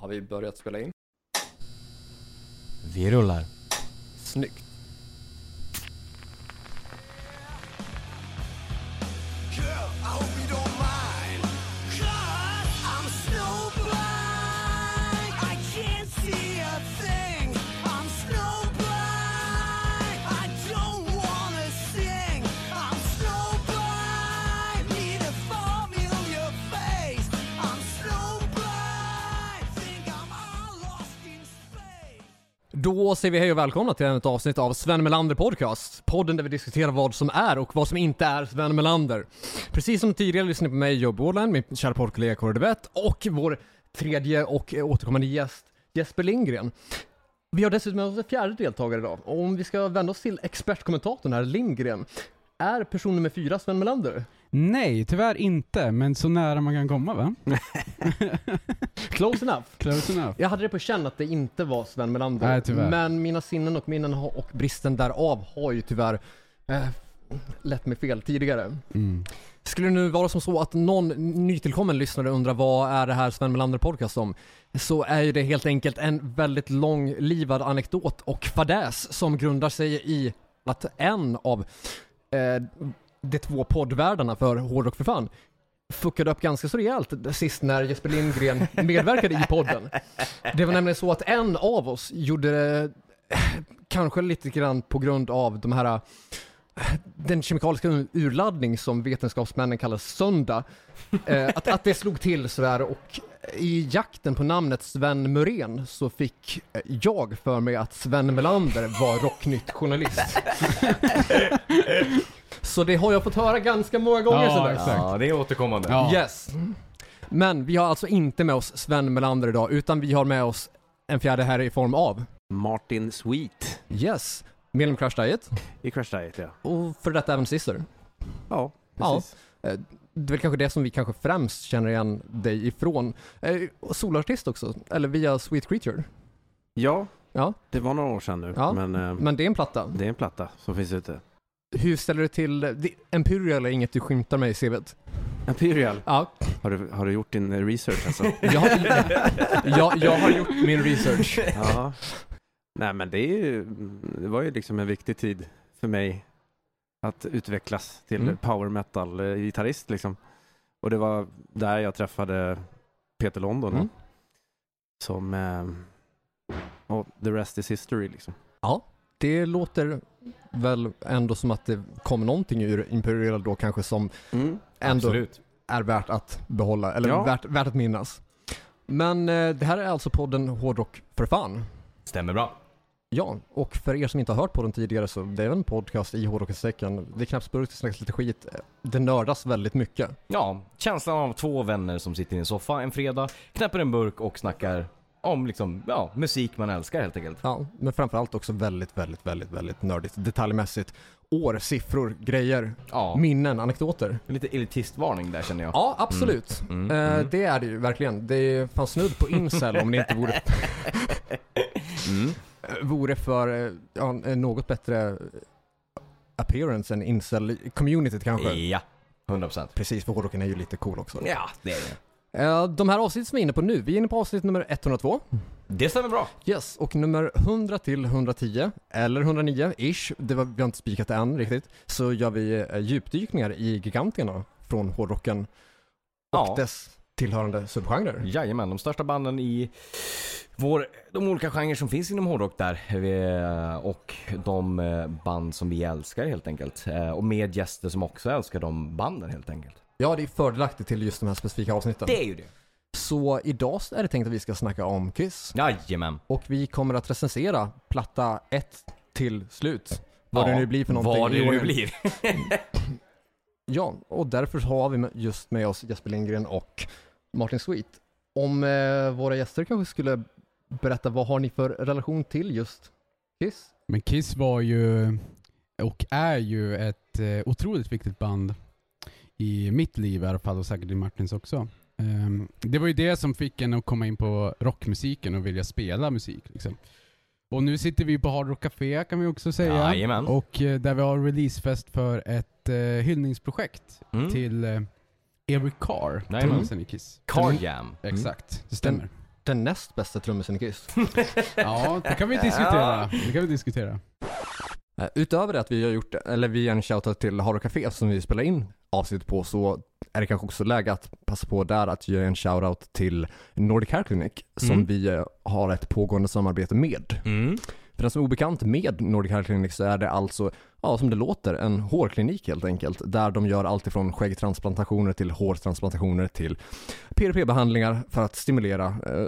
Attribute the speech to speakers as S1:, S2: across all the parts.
S1: Har vi börjat spela in?
S2: Vi rullar.
S1: Snyggt.
S3: Girl, I hope you don't mind. Cause I'm snow blind. I can't see a thing. I'm snow blind. I don't wanna sing. I'm snow blind. Need a formula on your face. I'm snow blind. Think I'm all lost in space.
S1: Då säger vi hej och välkomna till ännu ett avsnitt av Sven Melander Podcast. Podden där vi diskuterar vad som är och vad som inte är Sven Melander. Precis som tidigare lyssnar ni på mig, Joe Borland, min kära poddkollega Kåre Duvett och vår tredje och eh, återkommande gäst Jesper Lindgren. Vi har dessutom med oss en fjärde deltagare idag och om vi ska vända oss till expertkommentatorn här, Lindgren. Är person nummer fyra Sven Melander?
S4: Nej, tyvärr inte, men så nära man kan komma va?
S1: Close enough.
S4: Close enough.
S1: Jag hade det på känn att det inte var Sven Melander.
S4: Nej, tyvärr.
S1: Men mina sinnen och minnen har- och bristen därav har ju tyvärr eh, lett mig fel tidigare.
S4: Mm.
S1: Skulle det nu vara som så att någon nytillkommen lyssnare undrar vad är det här Sven Melander podcast om? Så är ju det helt enkelt en väldigt långlivad anekdot och fadäs som grundar sig i att en av eh, de två poddvärdarna för Hårdrock för fan fuckade upp ganska så rejält sist när Jesper Lindgren medverkade i podden. Det var nämligen så att en av oss gjorde, eh, kanske lite grann på grund av de här eh, den kemikaliska ur- urladdning som vetenskapsmännen kallar söndag, eh, att, att det slog till sådär och i jakten på namnet Sven Muren så fick eh, jag för mig att Sven Melander var Rocknytt-journalist. så det har jag fått höra ganska många gånger
S4: Ja,
S1: sedan dess.
S4: exakt.
S2: Ja, det är återkommande.
S4: Ja.
S1: Yes. Men vi har alltså inte med oss Sven Melander idag, utan vi har med oss en fjärde herre i form av
S5: Martin Sweet
S1: Yes, medlem Crash Diet
S5: i Crash Diet ja.
S1: och för detta även Sister.
S5: Ja,
S1: Ja. Eh, Det är väl kanske det som vi kanske främst känner igen dig ifrån. Eh, och Solartist också, eller via Sweet Creature.
S5: ja
S1: Ja,
S5: det var några år sedan nu
S1: Ja,
S5: men eh,
S1: men det är en platta.
S5: det är en platta som finns ute.
S1: Hur ställer du till, det, Imperial är inget du skymtar med i CVt.
S5: Imperial,
S1: Ja,
S5: har du, har du gjort din eh, research alltså?
S1: jag, jag, jag har gjort min research.
S5: ja. Nej men det, är ju, det var ju liksom en viktig tid för mig att utvecklas till
S1: Mm.
S5: power metal-gitarrist liksom. Och det var där jag träffade Peter London
S1: Mm.
S5: som, eh, och the rest is history liksom.
S1: Det låter väl ändå som att det kom någonting ur Imperial då kanske som ändå
S2: Absolut.
S1: är värt att behålla, eller
S5: Ja.
S1: värt, värt att minnas. Men eh, det här är alltså podden Hårdrock för fan.
S2: Stämmer bra.
S1: Ja, och för er som inte har hört på den tidigare så det är en podcast i hårdrockens tecken. Det knäpps burk, det snackas lite skit. Det nördas väldigt mycket.
S2: Ja, känslan av två vänner som sitter i en soffa en fredag, knäpper en burk och snackar om liksom, ja, musik man älskar helt enkelt.
S1: Ja, men framförallt också väldigt, väldigt, väldigt, väldigt nördigt detaljmässigt. År, siffror, grejer,
S2: Ja,
S1: minnen, anekdoter.
S2: lite elitistvarning där känner jag.
S1: Ja, absolut.
S2: Mm,
S1: Eh,
S2: mm.
S1: Det är det ju verkligen. Det är fan snudd på incel om det inte vore,
S2: Mm.
S1: vore för eh, ja, en något bättre eh, appearance än incel-communityt kanske.
S2: Ja, 100%.
S1: Precis, för hårdrocken är ju lite cool också.
S2: Ja, det är det.
S1: Eh, De här avsnitten som vi är inne på nu, vi är inne på avsnitt nummer 102.
S2: Det stämmer bra.
S1: Yes, och nummer 100 till 110, eller 109-ish, det var, vi har inte spikat det än riktigt, så gör vi eh, djupdykningar i giganterna från hårdrocken och
S2: Ja.
S1: dess tillhörande subgenrer.
S2: Jajamän, de största banden i vår, de olika genrer som finns inom hårdrock där. eh, Och de eh, band som vi älskar helt enkelt. Eh, Och med gäster som också älskar de banden helt enkelt.
S1: Ja, det är fördelaktigt till just de här specifika avsnitten.
S2: Det är ju det.
S1: Så idag så är det tänkt att vi ska snacka om Kiss,
S2: Jajamän.
S1: och vi kommer att recensera platta 1 till slut. Vad det nu blir för någonting.
S2: Vad
S1: i
S2: det nu
S1: ordning.
S2: blir.
S1: Ja, och därför har vi med- just med oss Jesper Lindgren och Martin Sweet. Om eh, våra gäster kanske skulle berätta, vad har ni för relation till just Kiss?
S4: Men Kiss var ju, och är ju, ett eh, otroligt viktigt band i mitt liv i alla fall, och säkert i Martins också. Ehm, det var ju det som fick en att komma in på rockmusiken och vilja spela musik. Liksom. Och nu sitter vi på Hard Rock Café kan vi också säga.
S2: Jajamän.
S4: Och eh, där vi har releasefest för ett eh, hyllningsprojekt
S2: Mm.
S4: till eh, Eric Carr,
S2: Jajamän.
S4: trummisen i Kiss.
S2: Car Jam.
S4: Exakt, det stämmer.
S1: den näst bästa trummisen i Kiss.
S4: Ja, det kan vi diskutera. Det kan vi diskutera.
S1: Eh, Utöver det att vi har gjort, eller vi ger en shoutout till Haro Café som vi spelar in avsnitt på så är det kanske också läge att passa på där att ge en shoutout till Nordic Hair Clinic som
S2: Mm.
S1: vi eh, har ett pågående samarbete med.
S2: Mm.
S1: För den som är obekant med Nordic Hair Clinic så är det alltså, ja som det låter, en hårklinik helt enkelt. Där de gör allt ifrån skäggtransplantationer till hårtransplantationer till PRP-behandlingar för att stimulera eh,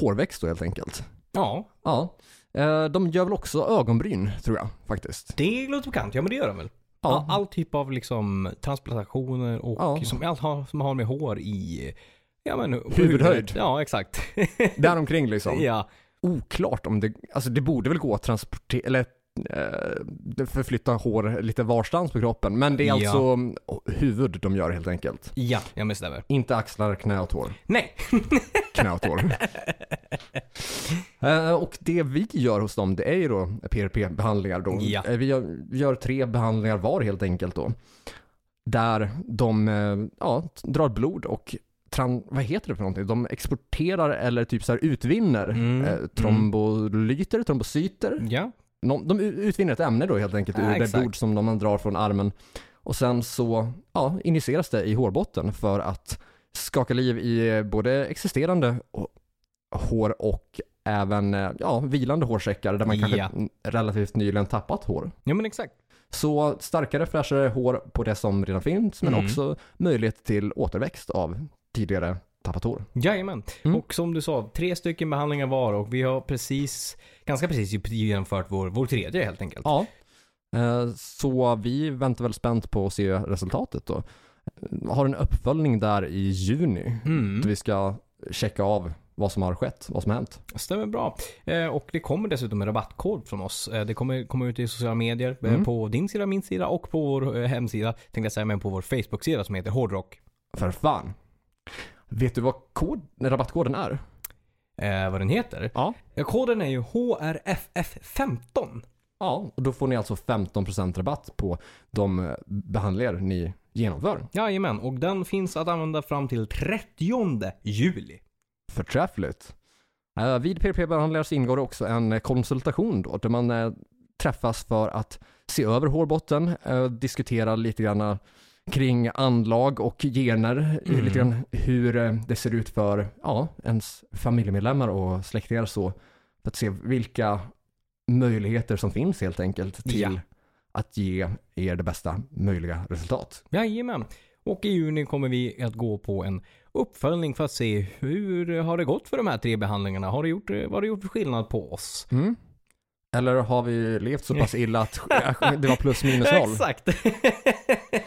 S1: hårväxt då helt enkelt.
S2: Ja,
S1: Ja, eh, de gör väl också ögonbryn tror jag faktiskt.
S2: det låter bekant. Ja men det gör de väl? Ja.
S1: Ja,
S2: All typ av liksom transplantationer och
S1: Ja.
S2: som, allt har, som har med hår i... Ja men...
S1: Huvudhöjd.
S2: Ja exakt.
S1: däromkring liksom.
S2: ja.
S1: Oklart om det, alltså det borde väl gå att transportera, eller eh, förflytta hår lite varstans på kroppen. Men det är
S2: Ja.
S1: alltså mm, huvud de gör helt enkelt.
S2: ja, ja men stämmer.
S1: Inte axlar, knä och tår.
S2: Nej.
S1: Knä och tår. Eh, och det vi gör hos dem, det är ju då PRP-behandlingar då.
S2: Ja.
S1: Eh, vi gör, vi gör tre behandlingar var helt enkelt då. Där de eh, ja, drar blod och tran- vad heter det för någonting? De exporterar eller typ så här utvinner
S2: Mm.
S1: eh, trombolyter, trombocyter.
S2: Ja.
S1: Någon, de u- utvinner ett ämne då helt enkelt
S2: Ja,
S1: ur det
S2: exakt.
S1: blod som de man drar från armen. Och sen så ja, injiceras det i hårbotten för att skaka liv i eh, både existerande hå- hår och även eh, ja, vilande hårsäckar där man kanske
S2: Ja.
S1: n- relativt nyligen tappat hår.
S2: Ja men exakt.
S1: Så starkare, fräschare hår på det som redan finns men
S2: Mm.
S1: också möjlighet till återväxt av tidigare tappat hår.
S2: Jajamän.
S1: Mm.
S2: Och som du sa, tre stycken behandlingar var och vi har precis, ganska precis ju genomfört vår, vår tredje helt enkelt.
S1: Ja. Eh, Så vi väntar väl spänt på att se resultatet då. Har en uppföljning där i juni.
S2: Mm.
S1: Vi ska checka av vad som har skett, vad som har hänt.
S2: Stämmer bra. Eh, och det kommer dessutom en rabattkod från oss. Eh, det kommer komma ut i sociala medier. Eh,
S1: Mm.
S2: På din sida, min sida och på vår eh, hemsida. Tänkte jag säga, men på vår Facebook-sida som heter Hårdrock.
S1: För fan. Vet du vad kod, nej, rabattkoden är?
S2: Eh, vad den heter.
S1: Ja.
S2: Eh, koden är ju HRFF15.
S1: Ja, och då får ni alltså 15% rabatt på de eh, behandlingar ni genomför.
S2: Jajamän, och den finns att använda fram till 30 juli.
S1: Förträffligt. Eh, Vid PRP-behandlingar så ingår det också en eh, konsultation då, där man eh, träffas för att se över hårbotten, eh, diskutera lite grann eh, kring anlag och gener, eh,
S2: Mm.
S1: lite grann hur eh, det ser ut för ja, ens familjemedlemmar och släktingar så, för att se vilka möjligheter som finns helt enkelt till
S2: Ja.
S1: att ge er det bästa möjliga resultat.
S2: Jajamän. Och i juni kommer vi att gå på en uppföljning för att se hur har det gått för de här tre behandlingarna. Har det gjort, vad har det gjort för skillnad på oss?
S1: Eller har vi levt så pass illa att eh, det var plus minus noll?
S2: Exakt.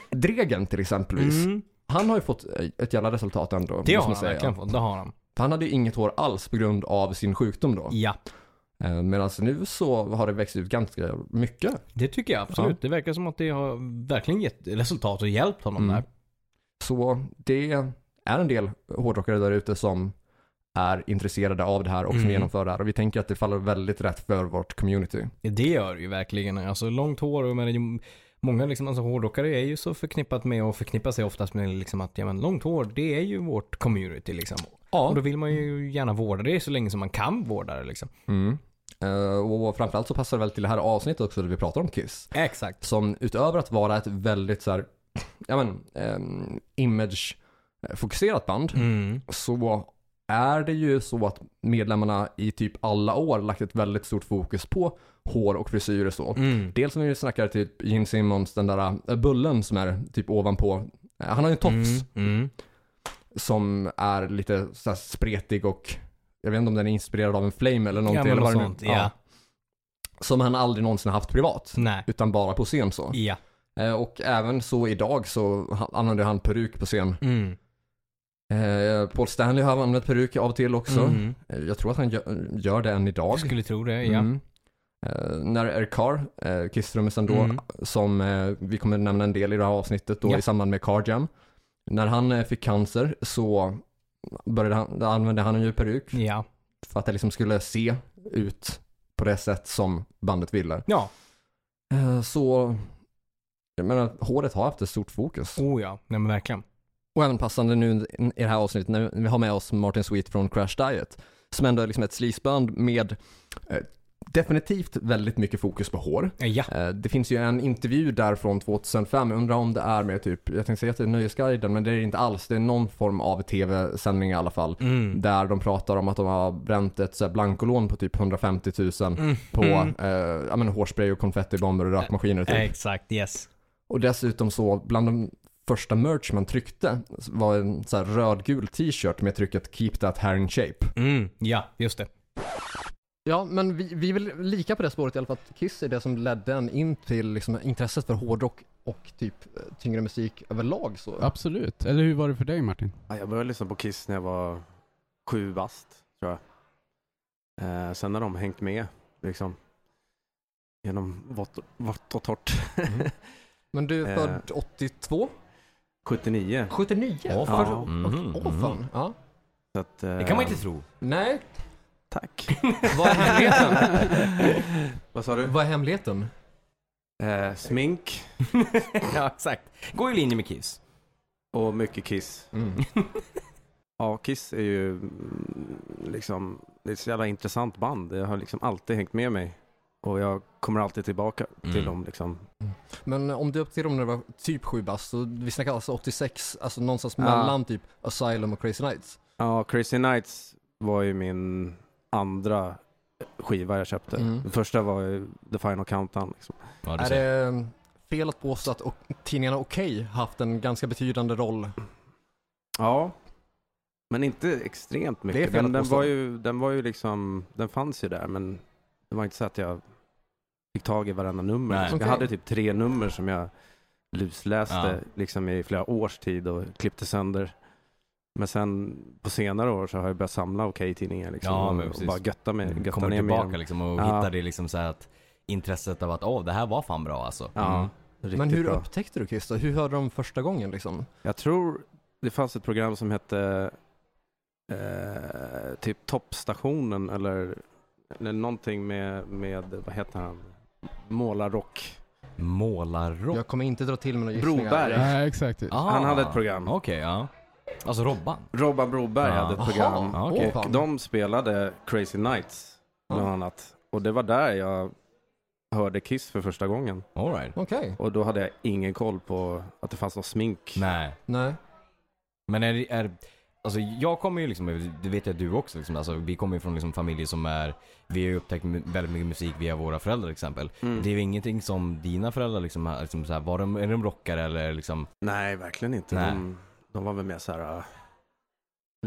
S1: Dregen till exempelvis.
S2: Mm.
S1: Han har ju fått eh, ett jävla resultat ändå.
S2: Det har
S1: måste man
S2: han verkligen fått. Det har han.
S1: Han hade ju inget hår alls på grund av sin sjukdom då.
S2: Ja,
S1: Eh, Medan nu så har det växt ut ganska mycket.
S2: det tycker jag absolut.
S1: Ja.
S2: Det verkar som att det har verkligen gett resultat och hjälpt honom
S1: Mm.
S2: där.
S1: Så det är en del hårdrockare där ute som är intresserade av det här och som
S2: Mm.
S1: genomför det här. Och vi tänker att det faller väldigt rätt för vårt community.
S2: Det gör det ju verkligen. Alltså långt hår och men, många liksom, alltså, hårdrockare är ju så förknippat med och förknippar sig oftast med liksom att ja, men, långt hår, det är ju vårt community liksom. Och
S1: Ja.
S2: då vill man ju gärna vårda det så länge som man kan vårda det liksom.
S1: Mm. Eh, Och framförallt så passar det väl till det här avsnittet också där vi pratar om Kiss.
S2: Exakt.
S1: som utöver att vara ett väldigt så här, ja men, ehm, image-fokuserat band
S2: Mm.
S1: så är det ju så att medlemmarna i typ alla år lagt ett väldigt stort fokus på hår och frisyrer så.
S2: Mm.
S1: Dels när vi snackar typ Gene Simmons, den där eh, bullen som är typ ovanpå. Eh, Han har ju en tofs
S2: Mm.
S1: som är lite så här spretig och jag vet inte om den är inspirerad av en flame eller
S2: Ja,
S1: någonting.
S2: men
S1: eller
S2: något
S1: vad det nu-
S2: sånt. Ja.
S1: Som han aldrig någonsin haft privat.
S2: Nej.
S1: Utan bara på scen så.
S2: Ja.
S1: Eh, Och även så idag så ha- använder han peruk på scen.
S2: Mm.
S1: Eh, Paul Stanley har använt peruk av och till också.
S2: Mm.
S1: Eh, Jag tror att han gö- gör det än idag.
S2: Jag skulle tro det, ja.
S1: Mm. Eh, när Eric Carr, eh, Kiss-trummisen då,
S2: Mm.
S1: som eh, vi kommer nämna en del i det här avsnittet då
S2: Ja.
S1: i samband med Car Jam. När han eh, fick cancer så började han, använde han ju peruk
S2: Ja.
S1: för att det liksom skulle se ut på det sätt som bandet ville.
S2: Ja.
S1: Eh, så, jag menar, håret har haft ett stort fokus.
S2: Oh ja. Nej men verkligen.
S1: Och även passande nu i det här avsnittet när vi har med oss Martin Sweet från Crash Diet. Som ändå är liksom ett sleazeband med eh, definitivt väldigt mycket fokus på hår.
S2: Ja.
S1: Eh, Det finns ju en intervju där från 2005, jag undrar om det är med typ, jag tänkte säga att det är Nöjesguiden, men det är det inte alls. Det är någon form av tv-sändning i alla fall.
S2: Mm.
S1: Där de pratar om att de har bränt ett så här blankolån på typ 150 000
S2: Mm.
S1: på
S2: Mm. Eh,
S1: eh, ja, men hårspray och konfettibomber och rökmaskiner. Typ.
S2: Exakt, yes.
S1: Och dessutom så, bland de första merch man tryckte var en så här rödgul t-shirt med trycket “Keep that hair in shape”.
S2: Mm. Ja, just det.
S1: Ja, men vi, vi är väl lika på det spåret i alla fall att Kiss är det som ledde en in till liksom, intresset för hårdrock och typ eh, tyngre musik överlag så.
S4: Absolut. Eller hur var det för dig Martin?
S5: Ja, jag började lyssna på Kiss när jag var sju bast, tror jag. Eh, sen har de hängt med, liksom. Genom vått- vått och torrt.
S2: Mm.
S1: Men du är
S5: Eh.
S1: född 82?
S5: 79.
S1: 79?
S2: Åh,
S1: För-
S5: fan. Mm.
S2: Mhm.
S1: Åh fan. Ja.
S5: Så att, eh,
S2: Det kan man inte tro.
S1: Nej,
S5: Tack.
S1: vad är hemligheten?
S5: Vad sa du?
S1: vad är hemligheten?
S5: Eh, smink
S2: ja, exakt. Går i linje med Kiss.
S5: och mycket Kiss.
S1: Mm.
S5: Ja, Kiss är ju mm, liksom, det är ett så jävla intressant band. Det har liksom alltid hängt med mig. Och jag kommer alltid tillbaka till
S2: Mm.
S5: dem liksom.
S1: Men eh, om du upptäckte dem när du var typ 7 bast, så vi snackar alltså 86, alltså någonstans
S5: Ja.
S1: mellan typ Asylum och Crazy Nights.
S5: Ja, Crazy Nights var ju min andra skiva jag köpte.
S1: Mm.
S5: Den första var ju The Final Countdown. Liksom.
S2: Ja,
S1: Är det eh, fel att påstå att och, tidningarna Okej haft en ganska betydande roll?
S5: Ja, men inte extremt
S1: Det är
S5: mycket.
S1: fel
S5: Den,
S1: att
S5: den,
S1: påstå.
S5: var ju, den var ju liksom, den fanns ju där men det var inte så att jag fick tag i varenda nummer.
S2: Nej.
S5: Jag
S1: Okej.
S5: hade typ tre nummer som jag lusläste liksom i flera års tid och klippte sönder. Men sen på senare år så har jag börjat samla okej-tidningar liksom
S2: Ja, men
S5: och, och
S2: precis. Mm.
S5: bara götta, med, götta
S2: Kommer
S5: ner
S2: tillbaka
S5: med
S2: liksom och
S5: Ja.
S2: hittar det liksom så här att intresset av att åh, det här var fan bra alltså.
S5: Ja,
S2: Mm.
S5: riktigt
S1: Men hur
S5: bra.
S1: upptäckte du Kiss då? Hur hörde de första gången liksom?
S5: Jag tror det fanns ett program som hette eh, typ Toppstationen eller, eller någonting med, med, vad heter han, målarrock.
S2: Målarrock.
S1: Jag kommer inte dra till med några gissningar.
S5: Broberg.
S1: Ja.
S4: Nej, exakt.
S2: Ah,
S5: Han hade ett program.
S2: Okej, ja. Alltså Robban.
S5: Robban Broberg
S2: Ja.
S5: hade ett
S1: Jaha.
S5: program.
S2: Ja,
S1: Åh,
S2: okej.
S1: fan.
S5: Och de spelade Crazy Nights bland
S1: Ja.
S5: annat. Och det var där jag hörde Kiss för första gången.
S2: Alright.
S1: Okej,
S5: Och då hade jag ingen koll på att det fanns något smink.
S2: Nej.
S1: nej.
S2: Men är, det- är Alltså jag kommer ju liksom, det vet jag du också liksom, alltså, vi kommer ju från liksom familjer som är, vi har ju upptäckt mu- väldigt mycket musik via våra föräldrar till exempel.
S5: Mm.
S2: Det är ju ingenting som dina föräldrar liksom, har- liksom så här, var de, är de rockare eller liksom?
S5: Nej, verkligen inte.
S2: Nej.
S5: De, de var väl mer så här, uh,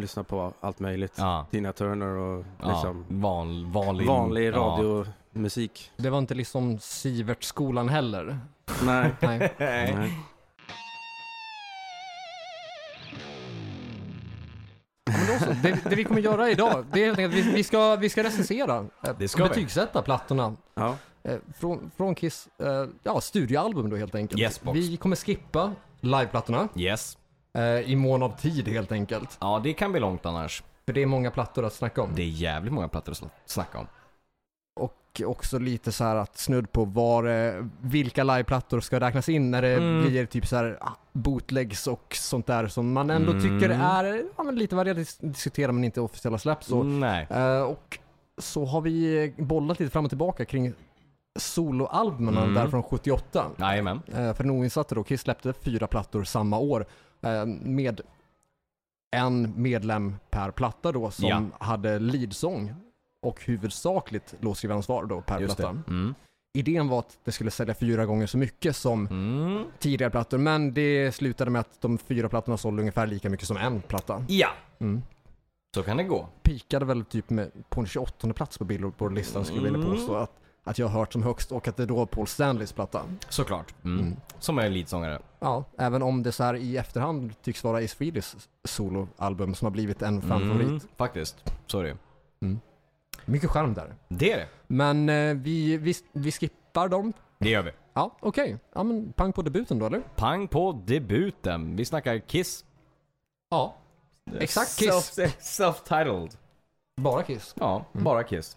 S5: lyssna på allt möjligt.
S2: Ja.
S5: Tina Turner och liksom
S2: ja van, vanlig,
S5: vanlig
S2: ja.
S5: radiomusik.
S1: Det var inte liksom Sivertskolan heller.
S5: Nej.
S1: Nej.
S5: Nej.
S1: Men då så, det, det vi kommer göra idag, det är helt enkelt att vi, vi, ska, vi ska recensera. eh,
S2: Det ska vi.
S1: betygsätta plattorna.
S5: Ja.
S1: Eh, Från, från Kiss, eh, ja studioalbum då helt enkelt.
S2: Yes, box.
S1: vi kommer skippa liveplattorna
S2: Yes.
S1: eh, i mån av tid helt enkelt.
S2: Ja det kan bli långt annars.
S1: För det är många plattor att snacka om.
S2: Det är jävligt många plattor att sn- snacka om.
S1: Och också lite så här att snudd på var, eh, vilka liveplattor ska räknas in när det
S2: Mm.
S1: blir typ så här ah, bootlegs och sånt där som man ändå tycker
S2: Mm.
S1: är ja, men lite varierat att diskutera men inte officiella släpp. Så.
S2: Nej.
S1: Eh, och så har vi bollat lite fram och tillbaka kring soloalbumen
S2: Mm.
S1: där från 78.
S2: Jajamän.
S1: Eh, För den oinsatte då, Kiss släppte fyra plattor samma år eh, med en medlem per platta då som
S2: Ja.
S1: hade leadsång och huvudsakligt låtskrivansvar då per
S2: Just det.
S1: platta.
S2: Mm.
S1: Idén var att det skulle sälja fyra gånger så mycket som
S2: Mm.
S1: tidigare plattor men det slutade med att de fyra plattorna sålde ungefär lika mycket som en platta.
S2: Ja.
S1: Mm.
S2: Så kan det gå.
S1: Pikade väl typ med, på en 28 plats på Billboard-listan skulle jag vilja
S2: Mm.
S1: påstå att, att jag har hört som högst och att det då var Paul Stanleys platta.
S2: Såklart. Mm.
S1: Mm.
S2: Som är leadsångare.
S1: Ja, även om det så här i efterhand tycks vara Ace Frehleys soloalbum som har blivit en fanfavorit.
S2: Mm, Faktiskt. Sorry.
S1: Mycket charm där.
S2: Det är det.
S1: Men eh, vi, vi, vi skippar dem.
S2: Det gör vi.
S1: Ja, okej. Ja, men pang på debuten då, eller?
S2: Pang på debuten. Vi snackar Kiss.
S1: Ja. Exakt Kiss.
S2: Self- Self-titled.
S1: Bara Kiss.
S2: Ja, bara Kiss.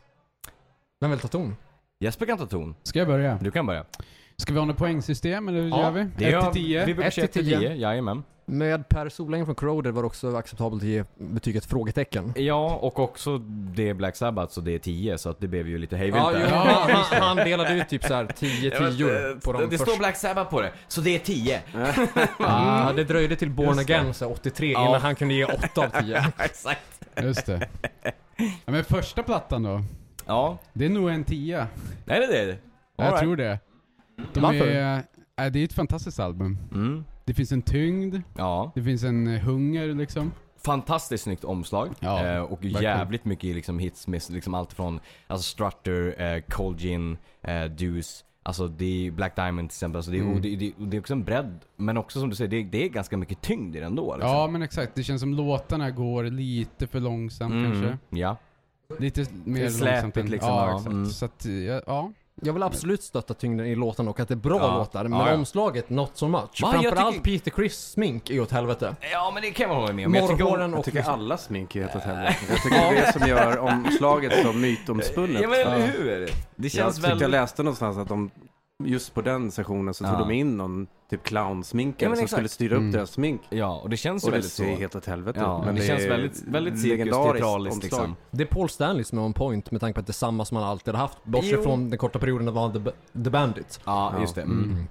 S1: Vem vill ta ton?
S2: Jesper kan ta ton.
S4: Ska jag börja?
S2: Du kan börja.
S4: Ska vi ha något poängsystem eller hur
S1: Ja,
S4: gör vi?
S2: Det
S4: 1
S2: gör-
S4: till 10?
S2: Vi brukar
S1: Ett
S2: köra
S1: till
S2: till
S1: tio.
S2: 10. Jajamän.
S1: Med Per Solängen från Corroder var det också acceptabelt att ge betyget frågetecken.
S2: Ja, och också det är Black Sabbath så det är 10 så att det blev ju lite hej
S1: Ja,
S2: vilt
S1: jo,
S2: där.
S1: han, han delade ut typ såhär 10
S2: Jag vet,
S1: tior
S2: eh,
S1: på de
S2: Det
S1: första.
S2: står Black Sabbath på det, så det är 10.
S1: Ah, det dröjde till Born Again så här 83
S2: Ja.
S1: innan han kunde ge 8 av 10.
S2: Exakt.
S4: Just det. Ja, men första plattan då?
S2: Ja,
S4: Det är nog en tia.
S2: är det det?
S4: Jag
S2: Alright.
S4: tror det. De
S1: Varför?
S4: Är, äh, det är ett fantastiskt album.
S2: Mm.
S4: Det finns en tyngd,
S2: Ja,
S4: det finns en eh, hunger liksom.
S2: fantastiskt snyggt omslag.
S4: Ja,
S2: eh, och
S4: verkligen.
S2: jävligt mycket liksom hits med liksom allt från alltså Strutter, eh, Cold Gin, eh, Deuce. Alltså det är Black Diamond till exempel. Alltså, det, är, och det, det, och det är också en bredd. Men också som du säger, det, det är ganska mycket tyngd i den då. Liksom.
S4: Ja men exakt, det känns som låtarna går lite för långsamt
S2: Mm.
S4: kanske.
S2: Ja.
S4: Lite mer
S2: är släpigt,
S4: långsamt än...
S2: liksom,
S4: Ja,
S2: ja.
S4: exakt.
S2: Mm.
S4: Så att, ja, ja.
S1: Jag vill absolut stötta tyngden i låtarna och att det är bra
S2: Ja.
S1: låtar, men
S2: Ja, ja.
S1: omslaget not so much.
S2: jag
S1: Framförallt Peter Criss smink är ju åt helvete.
S2: ja, men det kan man hålla med om. Jag tycker om-
S1: Morrhåren
S5: Jag
S1: och...
S5: tycker alla smink är helt åt helvete. Jag tycker det är det som gör omslaget så mytomspunnet.
S2: Ja men eller hur? Det
S5: jag
S2: känns
S5: tyckte
S2: väl...
S5: jag läste någonstans att de just på den sessionen så tog
S2: Ja.
S5: de in någon typ clownsminkare
S2: Ja, men
S5: som
S2: exakt.
S5: skulle styra upp deras smink.
S2: Ja, och det känns ju
S5: Och det
S2: väldigt så.
S5: ser helt åt helvete
S2: Ja,
S5: ut,
S2: men det, känns
S5: är
S2: väldigt, väldigt
S5: legendariskt
S2: cirkus,
S5: omslag.
S2: liksom.
S1: Det är Paul Stanley som är on point med tanke på att det är samma som han alltid har haft. Bortsett
S2: Jo.
S1: från den korta perioden när han var The, the Bandit.
S2: Ja, just det. Mm.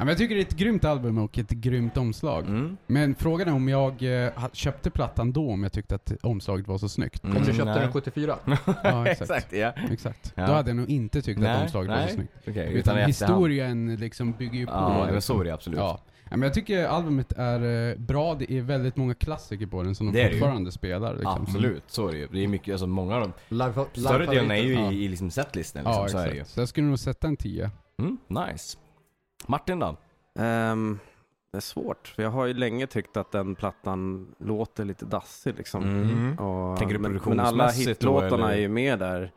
S4: Ja, men jag tycker det är ett grymt album och ett grymt omslag.
S2: Mm.
S4: Men frågan är om jag eh, ha- köpte plattan då om jag tyckte att omslaget var så snyggt.
S1: Om du köpte
S2: nej.
S1: den 74.
S4: Ja,
S2: Mm. Exakt, ja.
S4: Exakt.
S2: Ja.
S4: Då hade jag nog inte tyckt att
S2: Nej,
S4: omslaget var
S2: nej.
S4: så snyggt.
S2: Okej,
S4: Utan,
S2: i efterhand.
S4: historien liksom bygger ju på.
S2: Ja, men
S4: liksom.
S2: så är det absolut.
S4: Ja. Ja, men jag tycker albumet är eh, bra. Det är väldigt många klassiker på den som
S2: Det är
S4: de
S2: det ju.
S4: fortfarande spelar. Liksom.
S2: Absolut, så är det ju. Det är mycket, alltså många av dem.
S1: Live,
S2: Större delen är ju
S4: Ja.
S2: i, i liksom setlisten liksom,
S4: Ja,
S2: så är det ju.
S4: exakt. Så jag skulle nog sätta en 10.
S2: Mm, nice. Martin då?
S5: Ehm, det är svårt, för jag har ju länge tyckt att den plattan låter lite dassig liksom. Och,
S2: Mm. Tänker du
S5: men, men alla
S2: produktionsmässigt då,
S5: hitlåtarna
S2: eller?
S5: är ju med där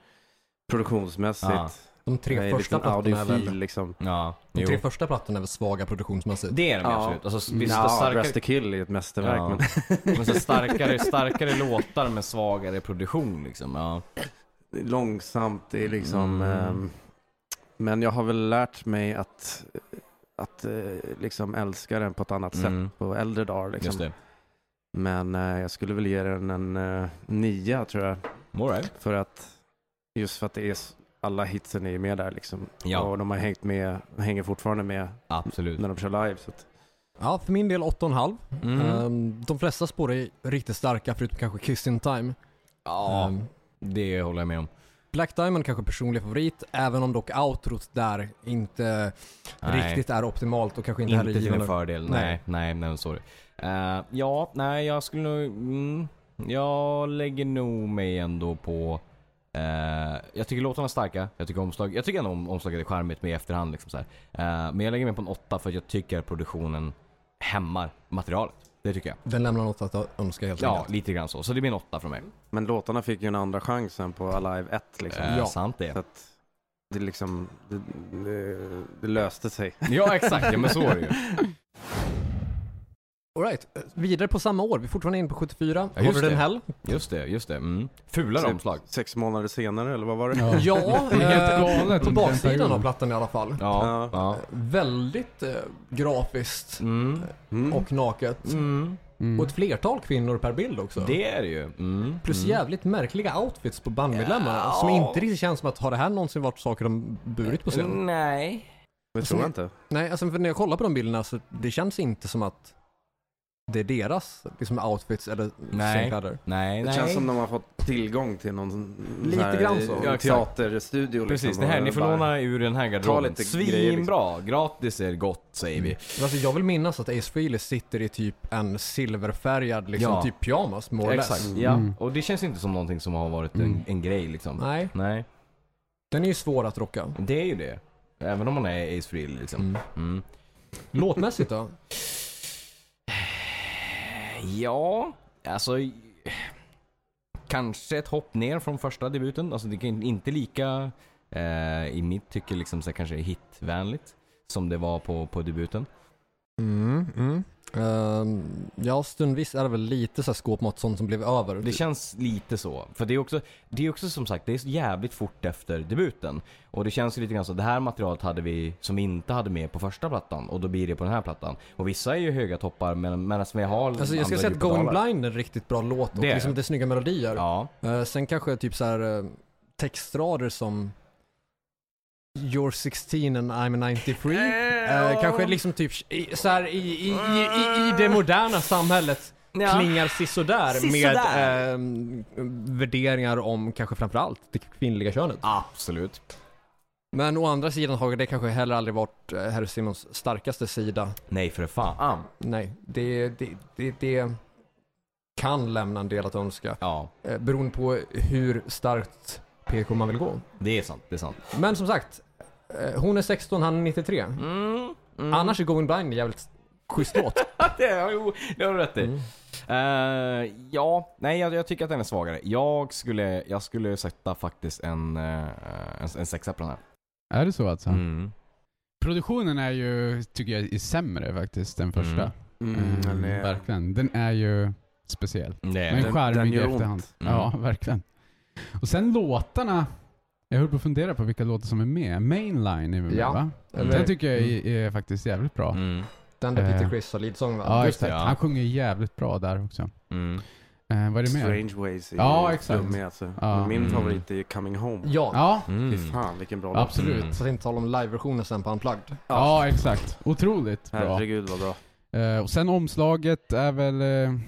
S5: produktionsmässigt.
S2: Ja.
S1: De tre
S5: jag är lite
S1: första
S5: en
S1: plattorna är
S5: audiofil
S1: väl...
S5: liksom.
S2: Ja,
S1: De
S2: jo.
S1: tre första plattorna är väl svaga produktionsmässigt.
S2: Det är de ju
S5: Ja.
S2: absolut. Alltså visst,
S5: Ja,
S2: starkare,
S5: Rest the Kill är ett mästerverk
S2: Ja.
S5: men
S2: men så starkare, starkare låtar med svagare produktion liksom. Ja.
S5: Det är långsamt. Det är liksom,
S2: Mm.
S5: ehm, men jag har väl lärt mig att, att eh, liksom älska den på ett annat
S2: Mm.
S5: sätt på äldre dagar.
S2: Just
S5: Liksom.
S2: det.
S5: Men eh, jag skulle väl ge den en eh, nia tror jag.
S2: All right.
S5: För att, just för att det är s- alla hitsen är ju med där liksom.
S2: Ja,
S5: Och de har hängt med, hänger fortfarande med
S2: absolut.
S5: när de kör live. Så att,
S1: Ja, för min del 8,5.
S2: Mm.
S1: Ehm, de flesta spår är riktigt starka förutom kanske Kiss in Time.
S2: Ja,
S1: Ehm,
S2: det håller jag med om.
S1: Black Diamond kanske personlig favorit, även om dock outrot där inte
S2: Nej.
S1: riktigt är optimalt och kanske inte,
S2: Inte
S1: heller
S2: till din
S1: givande.
S2: fördel. Nej, nej, nej, sorry. Eh, ja, nej, jag skulle nog... Mm, jag lägger nog mig ändå på... eh, jag tycker låtarna är starka. Jag tycker omslag, jag tycker ändå om, omslaget är charmigt med i efterhand. Liksom så här. Eh, men jag lägger mig på en åtta för att jag tycker att produktionen hämmar materialet. Det tycker jag.
S1: Den lämnar något att önska helt
S2: Ja,
S1: enkelt.
S2: lite grann så. Så det blir en åtta från mig.
S5: men låtarna fick ju en andra chans sen på Alive 1 liksom.
S2: Eh,
S1: Ja.
S2: Sant
S5: Så
S2: det.
S5: att det liksom, det, det, det löste sig.
S2: Ja, exakt. Ja, men så är det ju.
S1: Alright, vidare på samma år. Vi är fortfarande inne på 74.
S2: Ja, just
S1: Hotter than
S2: det.
S1: Hell.
S2: Just det, just det. Mm. Fulare
S5: Typ
S2: omslag.
S5: Sex månader senare eller vad var det?
S4: Ja.
S1: Ja,
S4: Det är
S1: eh,
S4: helt galet.
S1: på
S4: under den
S1: baksidan
S4: perioden.
S1: av plattan i alla fall.
S2: Ja.
S5: Ja.
S2: ja.
S1: Väldigt eh, grafiskt
S2: Mm.
S5: Mm.
S1: och naket.
S2: Mm.
S4: Mm.
S1: Och ett flertal kvinnor per bild också.
S2: Det är det ju. Mm.
S1: Plus
S2: mm.
S1: jävligt märkliga outfits på bandmedlemmarna
S2: Ja.
S1: som inte riktigt känns som att har det här någonsin varit saker de burit på scenen?
S2: Nej.
S5: det tror jag inte.
S1: Nej, alltså för när jag kollar på de bilderna så det känns inte som att det är deras liksom, outfits eller
S2: Nej.
S1: scenkläder.
S2: Nej,
S5: Det
S2: nej.
S5: känns som de har fått tillgång till någon sån
S1: Lite
S5: här
S1: grann så.
S2: Ja, exakt.
S5: teaterstudio.
S2: Precis,
S5: liksom.
S2: det här,
S5: Och
S2: ni får
S5: bara-
S2: låna ur den här garderoben.
S5: lite grejer, liksom.
S2: Svinbra, gratis är gott säger vi.
S1: Men Alltså, jag vill minnas att Ace Frehley sitter i typ en silverfärgad liksom,
S2: Ja.
S1: typ pyjamas, more or
S2: Exakt,
S1: less.
S2: ja.
S4: Mm.
S2: Och det känns inte som någonting som har varit en,
S4: Mm.
S2: en grej liksom.
S1: Nej,
S2: Nej,
S1: den är ju svår att rocka.
S2: det är ju det. Även om man är Ace Frehley liksom.
S1: Mm.
S2: Mm.
S1: Låtmässigt då?
S2: Ja, alltså... Kanske ett hopp ner från första debuten. Alltså det kan inte lika, eh, i mitt tycke, liksom, så här, kanske hitvänligt som det var på, på debuten.
S1: Mm, mm. Ehm, ja, stundvis är det väl lite så här skåpmat, sånt som blev över.
S2: Det känns lite så. För det är också, det är också som sagt, det är så jävligt fort efter debuten. Och det känns ju lite grann så, det här materialet hade vi, som vi inte hade med på första plattan. Och då blir det på den här plattan. Och vissa är ju höga toppar men, medan vi har
S1: Alltså jag ska
S2: andra
S1: säga att
S2: djupa
S1: Going
S2: dalar.
S1: Blind är en riktigt bra låt och
S2: Det är
S1: liksom
S2: det.
S1: det är snygga melodier.
S2: Ja.
S1: Eh, sen kanske typ så här eh, textrader som You're 16 and I'm 93. Eh, kanske liksom typ i, så här i, i, i, i, i det moderna samhället klingar sisådär med eh, värderingar om kanske framförallt det kvinnliga könet.
S2: Absolut.
S1: Men å andra sidan har det kanske heller aldrig varit eh, Harry Simons starkaste sida.
S2: Nej för fan.
S1: Nej, det, det, det, det kan lämna en del att önska.
S2: Ja,
S1: Eh, beroende på hur starkt PK man vill gå.
S2: det är sant. Det är sant.
S1: Men som sagt, eh, hon är 16, han är 93.
S2: Mm.
S1: Mm, Annars är Going Blind en jävligt schysst låt.
S2: det, ja, jo, det har du rätt i.
S1: Mm.
S2: Eh, ja, nej jag, jag tycker att den är svagare. Jag skulle, jag skulle sätta faktiskt en, eh, en, en sexa på den här.
S4: Är det så alltså?
S2: Mm.
S4: Produktionen är ju, tycker jag, är sämre faktiskt, den första. Eh,
S5: Mm, den är-
S4: Verkligen. Den är ju speciell.
S2: Det är
S4: Men
S5: den- den
S4: charmig i
S5: gör ont.
S4: efterhand.
S2: Mm.
S4: Ja, verkligen. Och sen låtarna. Jag höll på att fundera på vilka låtar som är med. Mainline är väl med
S1: Ja.
S4: va?
S1: Eller-
S4: Den tycker jag är,
S5: Mm.
S4: är faktiskt jävligt bra.
S2: Mm.
S1: Den där Peter
S4: Eh.
S1: Criss har leadsång va?
S4: Ja,
S2: Just det,
S4: exakt.
S2: ja.
S4: Han sjunger jävligt bra där också.
S2: Mm.
S4: Eh, vad är det mer?
S5: Strange Ways är
S4: Ja,
S5: ju
S4: exakt.
S5: flummig alltså.
S4: Ja.
S5: Men min
S2: Mm.
S5: favorit är ju Coming Home.
S1: Ja,
S4: Ja,
S2: Mm.
S5: Fy fan vilken bra låt.
S4: absolut.
S2: Mm.
S1: så att inte tala om live-versionen sen på Unplugged.
S4: Ja, exakt. Otroligt bra.
S5: Herregud vad bra.
S4: Eh, och sen omslaget är väl... eh,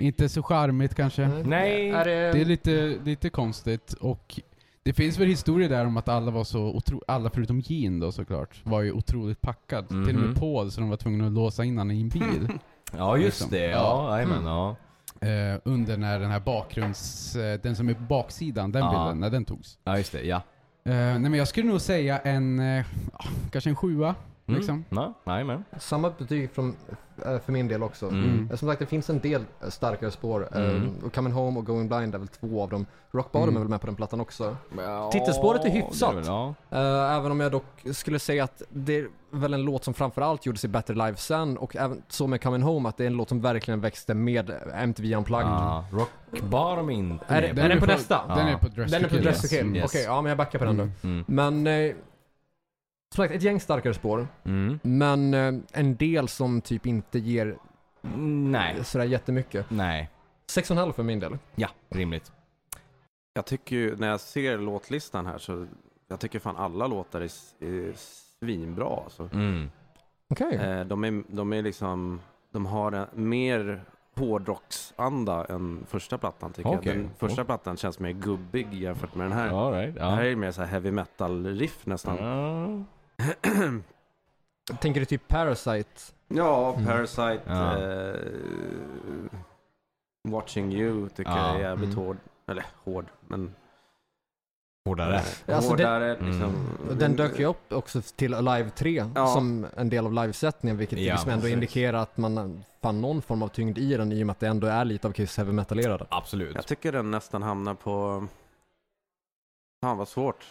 S4: inte så charmigt kanske.
S5: Mm.
S2: Nej.
S1: Mm. Är det...
S4: Det är lite, lite konstigt och det finns väl historier där om att alla var så otro, alla förutom Jean då såklart, var ju otroligt packad.
S2: Mhm.
S4: Till och med Paul så de var tvungna att låsa in honom i en bil.
S2: Ja just
S4: Liksom.
S2: det,
S4: Ja.
S2: ja, jajamän, ja.
S4: eh, under när den här bakgrunds... Eh, den som är på baksidan, den
S2: Ja.
S4: bilden, när den togs.
S2: ja just det, ja.
S4: Eh, nej men jag skulle nog säga en, eh, ah, kanske en sjua.
S2: Mm.
S4: Liksom.
S2: Ja, jajamän.
S1: Samma betyg från, eh, för min del också.
S2: Mm.
S1: Eh, Som sagt, det finns en del eh, starkare spår.
S2: Mm.
S1: Eh, och Coming Home och Going Blind är väl två av dem. Rock Bottom
S4: Mm.
S1: är väl med på den plattan också. Titelspåret är hyfsat.
S2: det väl, ja.
S1: Eh, även om jag dock skulle säga att det är väl en låt som framförallt gjordes i Better Live sen och även så med Coming Home att det är en låt som verkligen växte med MTV Unplugged.
S2: Ja, Rock Bottom är Ah, inte
S1: Är, det,
S2: med
S1: är den på
S4: för-
S1: nästa?
S2: Ja.
S4: Den är på Dress
S1: Den är på
S4: to Kill,
S1: Dress to
S2: yes.
S1: Kill?
S2: Mm.
S1: Okej, ja men jag backar på den då.
S4: Mm.
S2: Mm.
S1: Men eh, som sagt, ett gäng starkare spår.
S2: Mm.
S1: Men eh, en del som typ inte ger
S2: Mm. Nej.
S1: sådär jättemycket.
S2: Nej.
S1: 6,5 för min del.
S2: Ja, rimligt.
S5: Jag tycker ju, när jag ser låtlistan här så, jag tycker fan alla låtar är, s- är svinbra alltså.
S2: Mm.
S1: Okej.
S5: Eh, de, är, de är liksom, de har en, mer hårdrocksanda än första plattan tycker
S2: Okej.
S5: jag. Den första plattan känns mer gubbig jämfört med den här.
S2: All right, ja.
S5: Det här är ju mer så här heavy metal-riff nästan.
S2: Ja.
S1: Tänker du typ Parasite?
S5: Ja,
S1: Mm.
S5: Parasite,
S2: Ja.
S5: eh, Watching You tycker
S2: Ja.
S5: jag är jävligt
S1: Mm.
S5: hård. Eller hård, men
S2: Hårdare.
S5: eh,
S1: Alltså, det-
S5: hårdare
S2: Mm.
S5: liksom.
S1: Och Den dök ju upp också till Alive 3
S5: Ja.
S1: som en del av livesättningen vilket
S2: Ja,
S1: liksom ändå
S5: precis.
S1: indikerar att man fann någon form av tyngd i den i och med att det ändå är lite av Kiss heavy metalerade.
S2: Absolut.
S5: Jag tycker den nästan hamnar på... Fan vad svårt.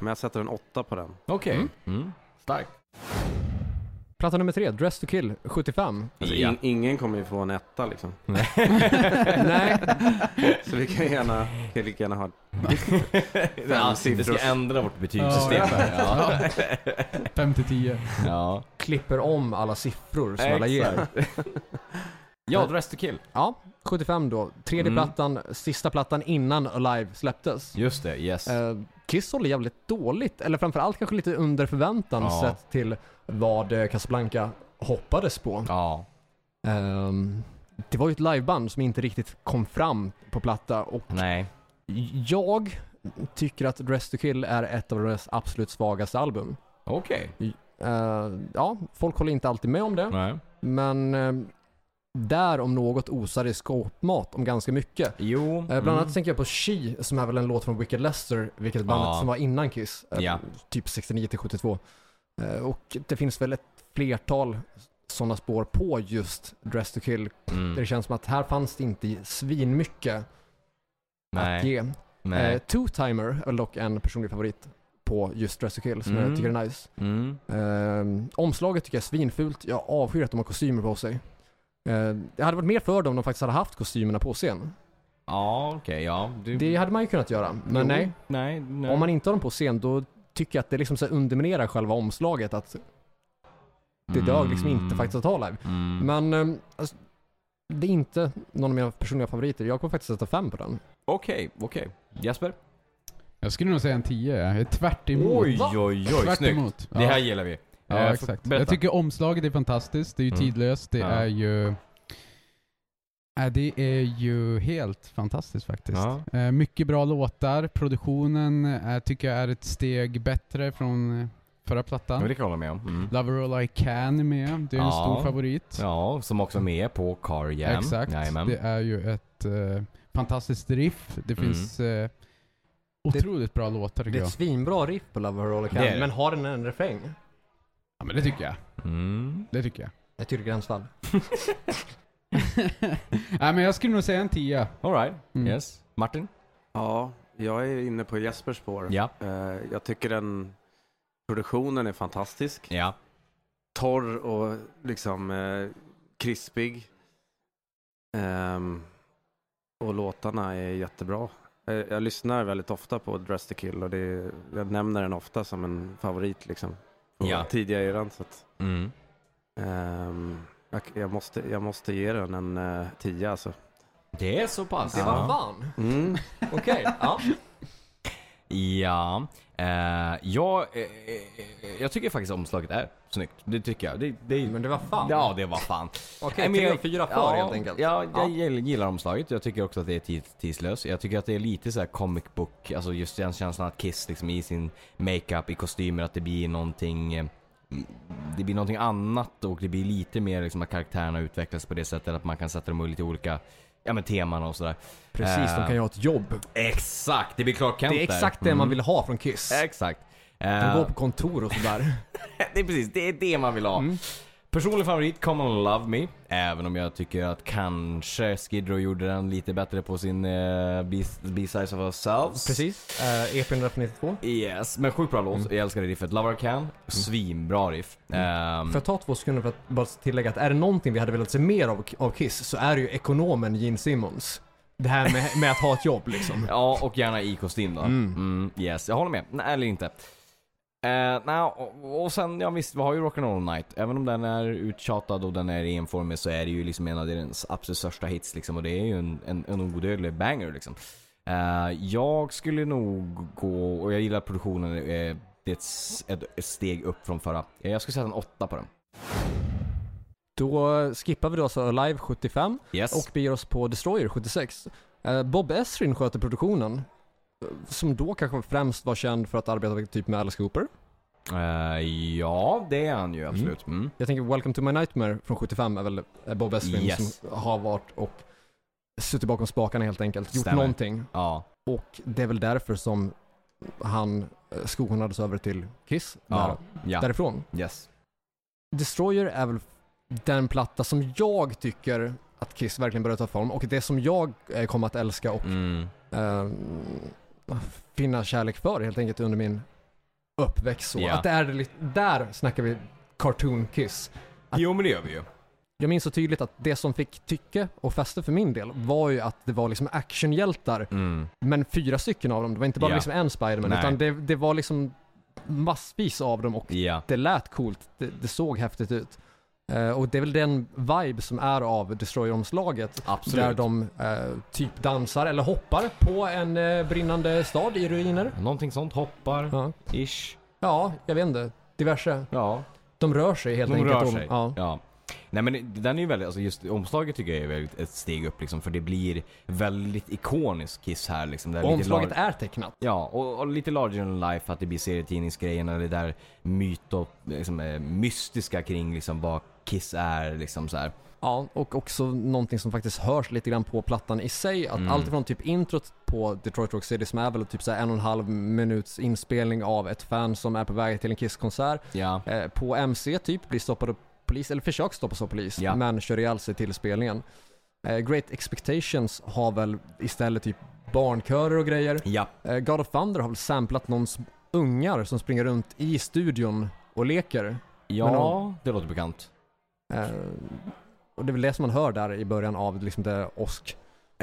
S5: Men jag sätter en åtta på den.
S2: Okej.
S1: Mm.
S2: Mm. Starkt.
S1: Platta nummer 3, Dress to kill, 75.
S5: Alltså,
S2: Ja.
S5: in, ingen kommer ju få en etta liksom.
S1: Nej.
S5: Så vi kan gärna, kan lika gärna ha...
S2: Ja, Vi ska
S5: siffror.
S2: ändra vårt betygssystem.
S4: Ja.
S2: Ja.
S4: 5-10.
S2: Ja.
S1: Klipper om alla siffror som alla ger.
S2: ja, Dress to kill.
S1: Ja, 75 då. Tredje
S2: Mm.
S1: plattan, sista plattan innan Alive släpptes.
S2: Just det, yes.
S1: Eh, Kiss håller jävligt dåligt, eller framförallt kanske lite under förväntan
S2: Ja.
S1: sett till vad eh, Casablanca hoppades på.
S2: Ja.
S1: Ehm, det var ju ett liveband som inte riktigt kom fram på platta och
S2: Nej.
S1: jag tycker att Dress to Kill är ett av deras absolut svagaste album.
S2: Okej.
S1: Eh, ja, folk håller inte alltid med om det,
S2: Nej.
S1: men eh, där om något osar det skåpmat om ganska mycket.
S2: Jo. mm.
S1: Eh, bland annat tänker jag på She, som är väl en låt från Wicked Lester, vilket bandet
S2: Ja.
S1: som var innan Kiss, eh,
S2: Ja.
S1: typ 69 till 72. Eh, och det finns väl ett flertal sådana spår på just Dress to Kill
S2: Mm.
S1: där det känns som att här fanns det inte svinmycket att
S2: Nej.
S1: ge.
S2: Nej.
S1: Eh, Two-timer är väl dock en personlig favorit på just Dress to Kill som
S2: Mm.
S1: jag tycker är nice.
S2: Mm.
S1: Ehm, omslaget tycker jag är svinfult. Jag avskyr att de har kostymer på sig. Ehm, det hade varit mer för dem om de faktiskt hade haft kostymerna på scen.
S2: Ja, okej, ja. Du-
S1: Det hade man ju kunnat göra, men
S2: Mm. Jo,
S1: nej.
S2: Nej, nej.
S1: Om man inte har dem på scen då tycker jag att det liksom så här underminerar själva omslaget att det dög liksom inte faktiskt att ha live.
S2: Mm.
S1: Men ehm, alltså, det är inte någon av mina personliga favoriter. Jag kommer faktiskt sätta fem på den.
S2: Okej, okej. Jesper?
S4: Jag skulle nog säga en 10. Jag är tvärt emot.
S2: oj, oj, oj.
S4: tvärt
S2: Snyggt.
S4: emot.
S2: Det här gillar vi.
S4: Ja,
S2: Eh, f-
S4: exakt.
S2: berätta.
S4: Jag tycker omslaget är fantastiskt, det är ju
S2: Mm.
S4: tidlöst, det
S2: Ja.
S4: är ju... Äh, det är ju helt fantastiskt faktiskt.
S2: Ja.
S4: Eh, mycket bra låtar, produktionen eh, tycker jag är ett steg bättre från eh, förra
S2: Ja,
S4: plattan.
S2: men det kan jag hålla med om. Mm.
S4: Lover All I Can är med, det är en
S2: Ja.
S4: stor favorit.
S2: Ja, som också är med på Car Jam.
S4: Exakt.
S2: Jajamän.
S4: Det är ju ett eh, fantastiskt riff, det
S2: Mm.
S4: finns eh, otroligt bra låtar
S1: Det
S4: tycker
S1: är
S4: jag.
S1: ett svinbra riff på Love Her All I Can,
S2: Det är det.
S1: men har den en refräng?
S4: Ja men det tycker jag.
S2: Mm.
S4: Det tycker jag.
S1: Jag tycker gränsfall.
S4: Nej men jag skulle nog säga en 10.
S2: Alright,
S4: Mm.
S2: yes. Martin?
S5: Ja, jag är inne på Jespers spår.
S1: Mm.
S2: Ja.
S5: Eh, jag tycker den produktionen är fantastisk.
S2: Ja.
S5: torr och liksom eh, krispig. Ehm, och låtarna är jättebra. Eh, jag lyssnar väldigt ofta på Dress to Kill och det är, jag nämner den ofta som en favorit liksom. På
S2: Ja.
S5: tidiga eran. Så att,
S2: Mm.
S5: ehm, jag, jag, måste, jag måste ge den en eh, 10 alltså.
S2: Det är så pass.
S1: Det
S2: Ja.
S1: var fan.
S5: Mm.
S1: Okej, ja.
S2: Ja, eh, jag, eh, eh, jag tycker faktiskt omslaget är snyggt. Det tycker jag. Det, det,
S1: Men det var fan.
S2: Ja, det var fan.
S1: Okej,
S2: Nej, men
S1: tre
S2: jag-
S1: och fyra kvar
S2: ja,
S1: helt enkelt.
S2: Ja,
S1: Ja.
S2: jag gill- gillar omslaget. Jag tycker också att det är tids, tidslöst. Jag tycker att det är lite så här comic book, alltså just den känslan att Kiss liksom i sin makeup, i kostymer, att det blir någonting eh, det blir någonting annat och det blir lite mer liksom att karaktärerna utvecklas på det sättet att man kan sätta dem i lite olika, ja men teman och sådär.
S1: Precis, de
S2: Eh,
S1: kan ju ha ett jobb.
S2: Exakt! Det blir Clark Kent
S1: Det är
S2: där.
S1: exakt det
S2: Mm. Äh,
S1: man vill ha från Kiss.
S2: Exakt.
S1: De
S2: Eh,
S1: går på kontor och sådär.
S2: det är precis, det är det man vill ha.
S1: Mm.
S2: Personlig favorit, Come On Love Me. Även om jag tycker att kanske Skid Row gjorde den lite bättre på sin eh, B- B-Sides of Ourselves.
S1: Precis. Mm. Uh, EP 192.
S2: Yes, men sjukt bra låt. Jag älskar det riffet. Lover Can,
S1: Mm.
S2: svinbra riff. Ehm,
S1: Får jag ta två sekunder för att bara tillägga att är det någonting vi hade velat se mer av, av Kiss så är det ju ekonomen Gene Simmons. Det här med, med att ha ett jobb liksom.
S2: Ja, och gärna i kostym då. Mm. yes, jag håller med. Nej, eller inte. Eh, nej, och, och sen, ja visst, vi har ju Rock'n'Roll Night. Även om den är uttjatad och den är enformig så är det ju liksom en av deras absolut största hits liksom. Och det är ju en, en, en odödlig banger liksom. Eh, jag skulle nog gå, och jag gillar produktionen, eh, det är ett, s- ett, ett steg upp från förra. Eh, Jag skulle sätta en åtta på den.
S1: Då skippar vi då alltså Alive 75
S2: Yes.
S1: och beger oss på Destroyer 76. Eh, Bob Esrin sköter produktionen. eh, Som då kanske främst var känd för att arbeta typ med Alice Cooper.
S2: Eh, ja, det är han ju absolut. Mm.
S1: Jag tänker Welcome to my nightmare från 75 är väl eh, Bob Esrin
S2: Yes.
S1: som har varit och suttit bakom spakarna helt enkelt. Gjort
S2: Stämmer.
S1: någonting.
S2: Ja.
S1: Och det är väl därför som han eh, skonades över till Kiss.
S2: Ja.
S1: Där,
S2: Ja.
S1: Därifrån.
S2: Yes.
S1: Destroyer är väl den platta som jag tycker att Kiss verkligen börjar ta form och det som jag eh, kommer att älska och
S2: Mm.
S1: eh, finna kärlek för helt enkelt under min uppväxt. Så
S2: Ja.
S1: att det är lite, där snackar vi cartoon Kiss.
S2: Jo, men det gör vi ju.
S1: Jag minns så tydligt att det som fick tycke och fäste för min del var ju att det var liksom actionhjältar,
S2: Mm.
S1: men fyra stycken av dem. Det var inte bara
S2: Ja.
S1: liksom en Spiderman,
S2: Nej.
S1: utan det, det var liksom massvis av dem och
S2: Ja.
S1: det lät coolt. Det, det såg häftigt ut. Eh, och det är väl den vibe som är av Destroyer-omslaget.
S2: Absolut.
S1: Där de eh, typ dansar eller hoppar på en eh, brinnande stad i ruiner.
S2: Någonting sånt hoppar,
S1: Ja.
S2: ish.
S1: ja, jag vet inte. Diverse.
S2: Ja,
S1: De rör sig helt
S2: de
S1: enkelt.
S2: rör
S1: om-
S2: sig.
S1: Ja.
S2: Nej men det- den är ju väldigt, alltså just omslaget tycker jag är väldigt ett steg upp liksom för det blir väldigt ikonisk Kiss här liksom. Där
S1: Och omslaget
S2: lar-
S1: är tecknat.
S2: Ja, och, och lite larger than life att det blir serietidningsgrejen eller det där myt och liksom, eh, mystiska kring liksom vad Kiss är liksom så här.
S1: Ja, och också någonting som faktiskt hörs lite grann på plattan i sig. Att
S2: Mm.
S1: allt ifrån typ introt på Detroit Rock City som är väl typ så här en och en halv minuts inspelning av ett fan som är på väg till en Kiss-konsert.
S2: Ja.
S1: Eh, på MC typ blir stoppad av polis, eller försöker stoppas av polis,
S2: Ja.
S1: men kör ihjäl sig till spelningen. Eh, Great Expectations har väl istället typ barnkörer och grejer.
S2: Ja.
S1: Eh, God of Thunder har väl samplat någons ungar som springer runt i studion och leker.
S2: Ja,
S1: Men om-
S2: det låter bekant.
S1: Eh, och det är väl det som man hör där i början av liksom det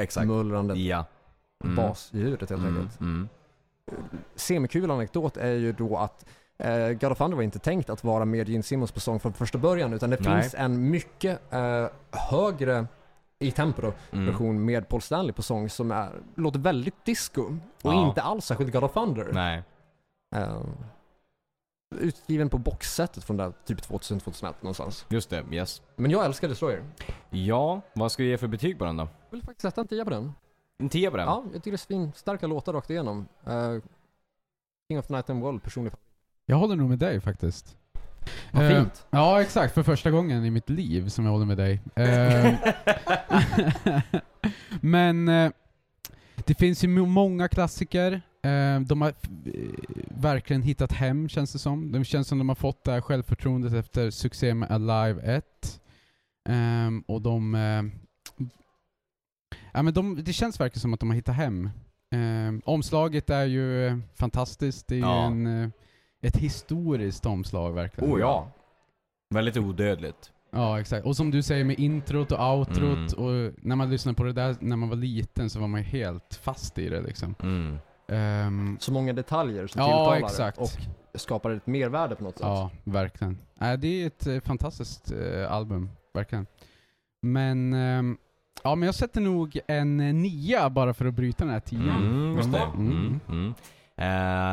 S1: åskmullrande
S2: Ja. Mm.
S1: basljudet helt
S2: Mm,
S1: enkelt.
S2: mm.
S1: semikul anekdot är ju då att eh, God of Thunder var inte tänkt att vara med Gene Simmons på sång från första början utan det
S2: Nej.
S1: finns en mycket eh, högre i tempo då,
S2: Mm.
S1: version med Paul Stanley på sång som är, låter väldigt disco och
S2: Ja.
S1: inte alls särskilt God of Thunder.
S2: Nej.
S1: Eh, utgiven på boxsetet från där typ 2000-2001 någonstans.
S2: Just det, yes.
S1: Men jag älskar Destroyer.
S2: Ja, vad ska vi ge för betyg på den då?
S1: Jag vill faktiskt sätta en tia på den.
S2: En 10 på den?
S1: Ja, jag tycker det är svinstarka låtar rakt igenom. Eh, King of Night and World, personlig favorit.
S4: Jag håller nog med dig faktiskt.
S1: Vad
S4: Eh,
S1: fint.
S4: Ja, exakt. För första gången i mitt liv som jag håller med dig. Eh, Men eh, det finns ju mo- många klassiker. Eh, De har eh, verkligen hittat hem känns det som. Det känns som de har fått det här självförtroendet efter succé med Alive 1. Eh, Och de... eh, Ja, men de det känns verkligen som att de har hittat hem. Eh, Omslaget är ju eh, fantastiskt. Det är
S2: Ja.
S4: ju en, eh, ett historiskt omslag verkligen.
S2: Oh ja. Väldigt odödligt.
S4: Ja, exakt. Och som du säger med introt och outrot,
S2: Mm.
S4: och när man lyssnade på det där när man var liten så var man ju helt fast i det liksom.
S2: Mm.
S4: Ehm,
S1: så många detaljer som
S4: Ja,
S1: tilltalar
S4: exakt.
S1: och skapar ett mervärde på något sätt.
S4: ja, verkligen. Äh, det är ett eh, fantastiskt eh, album, verkligen. Men, ehm, ja men jag sätter nog en eh, nia bara för att bryta den här tian.
S2: Mm, just det.
S4: Mm.
S2: Mm. Mm.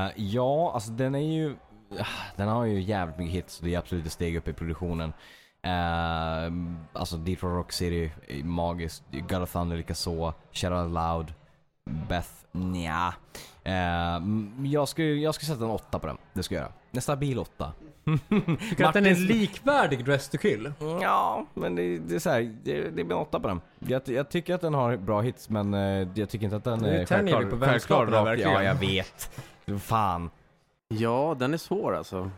S2: Eh, ja, alltså den är ju... ah, Den har ju jävligt mycket hits och det är absolut ett steg upp i produktionen. Eh, alltså Detroit Rock City är magiskt. God of Thunder likaså. Shadow Loud. Beth, nja. Eh, m- jag skulle jag skulle sätta en åtta på den. Det ska jag göra. En stabil åtta.
S1: Tycker
S2: att den är Martins-
S1: likvärdig Dress to Kill?
S2: Mm. Ja, men det, det är så här, det, det blir en åtta på den. Jag, jag tycker att den har bra hits, men eh, jag tycker inte att den
S1: Nu
S2: är
S1: tänjer vi
S2: självklar.
S1: på vänskapen här,
S2: rakt-
S1: verkligen.
S2: Ja, jag vet. Fan.
S5: Ja, den är svår alltså.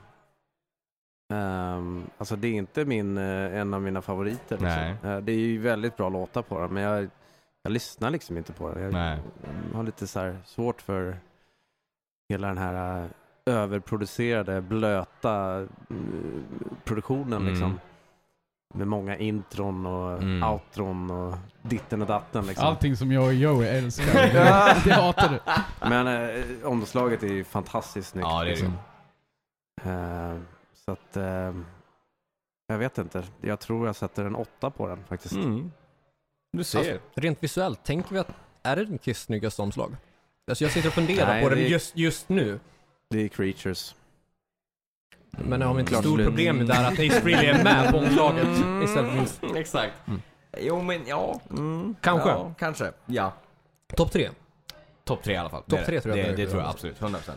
S5: Ehm, alltså det är inte min, eh, en av mina favoriter. Liksom.
S2: Nej.
S5: Eh, det är ju väldigt bra låtar på den, men jag, jag lyssnar liksom inte på den. Jag
S2: Nej.
S5: har lite så här svårt för hela den här eh, överproducerade, blöta eh, produktionen
S2: Mm.
S5: liksom. Med många intron och
S2: Mm.
S5: outron och ditten och datten liksom.
S4: Allting som jag och Joey älskar, det, det hatar du.
S5: Men eh, omslaget är ju fantastiskt snyggt.
S2: Ja, det är det.
S5: liksom. Eh, så att... Eh, jag vet inte. Jag tror jag sätter en åtta på den faktiskt.
S2: Mm. Du ser.
S1: Alltså, rent visuellt, tänker vi att är det den Kiss snyggaste omslag? Alltså jag sitter och funderar
S5: Nej,
S1: på det,
S5: det är-
S1: just, just nu.
S5: Det är Creatures.
S1: Alltså, Men har vi inte ett
S5: Klart
S1: stort
S5: slut.
S1: problem med det här att Ace Frehley är med på omslaget
S2: Mm.
S1: istället för minst.
S2: Exakt. Jo men ja. Mm.
S1: Kanske.
S2: Ja, kanske. Ja.
S1: Topp tre.
S2: Topp tre i alla fall.
S1: Topp
S2: Det är
S1: tre
S2: det.
S1: tror jag
S2: Det,
S1: att det
S2: det,
S1: är.
S2: tror jag absolut. 100%.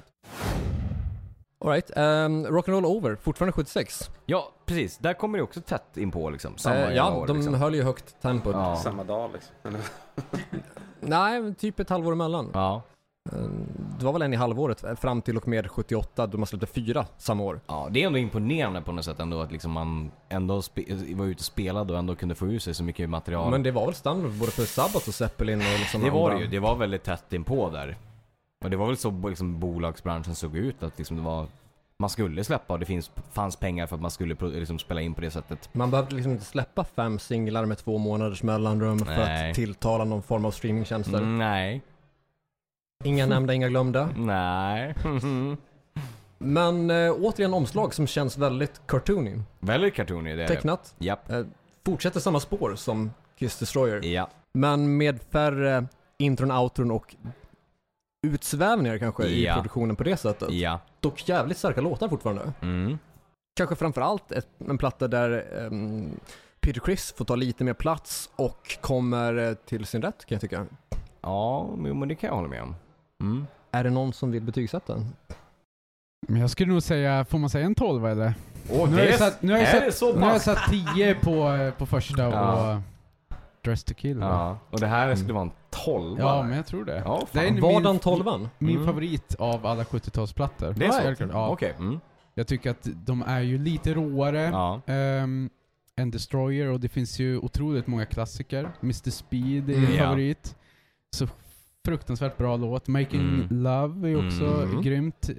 S1: Alright, um, Rock'n'Roll Over, fortfarande 76.
S2: Ja, precis. Där kommer det också tätt in på liksom. Samma
S1: Eh, ja,
S2: jävla år,
S1: de
S2: liksom.
S1: höll ju högt tempot.
S2: Ja.
S5: Samma dag liksom.
S1: Nej, men typ ett halvår emellan.
S2: Ja.
S1: Eh, Det var väl en i halvåret, eh, fram till och med 78 då man släppte fyra samma år.
S2: ja, det är ändå imponerande på något sätt ändå att liksom man ändå spe- var ute och spelade och ändå kunde få ur sig så mycket material.
S1: Men det var väl standard både för Sabbath och Zeppelin och liksom
S2: det var
S1: andra.
S2: det ju. Det var väldigt tätt in på där. Och det var väl så bo- liksom, bolagsbranschen såg ut att liksom det var man skulle släppa och det finns, fanns pengar för att man skulle pro- liksom spela in på det sättet.
S1: Man behövde liksom inte släppa fem singlar med två månaders mellanrum för
S2: Nej. Mm.
S1: att tilltala någon form av streamingtjänster.
S2: Nej.
S1: Inga nämnda, inga glömda.
S2: Nej.
S1: Men eh, återigen omslag som känns väldigt cartoony.
S2: Väldigt kartonig det är det.
S1: Tecknat.
S2: Japp.
S1: Fortsätter samma spår som Kiss Destroyer.
S2: Ja.
S1: Men med färre intron, outron och utsvävningar kanske
S2: Ja.
S1: i produktionen på det sättet.
S2: Ja.
S1: Dock jävligt starka låtar fortfarande.
S2: Mm.
S1: Kanske framförallt ett, en platta där ehm, Peter Criss får ta lite mer plats och kommer eh, till sin rätt kan jag tycka.
S2: Ja, jo, men det kan jag hålla med om. Mm.
S1: Är det någon som vill betygsätta den?
S4: Men jag skulle nog säga, får man säga en tolva eller?
S2: Och
S4: Nu har jag satt- nu har jag satt-
S2: det så
S4: Nu har jag satt tio på, eh, på första
S2: Ja.
S4: och Dress to kill. va?
S2: Ja, och det här skulle vara en tolva.
S4: ja men jag tror det.
S2: Ja,
S4: Det är
S2: fan.
S4: en
S1: Var
S4: min-
S1: den tolvan?
S4: Min
S2: Mm.
S4: favorit av alla 70-talsplattor.
S2: Det är så?
S4: Självklart, Ja.
S2: Okej. Mm.
S4: Jag tycker att de är ju lite råare
S2: Ja.
S4: ehm, än Destroyer och det finns ju otroligt många klassiker. Mr Speed är
S2: Mm.
S4: en
S2: Ja.
S4: favorit. Så fruktansvärt bra låt. Making
S2: Mm.
S4: Love är också
S2: Mm.
S4: grymt. Eh,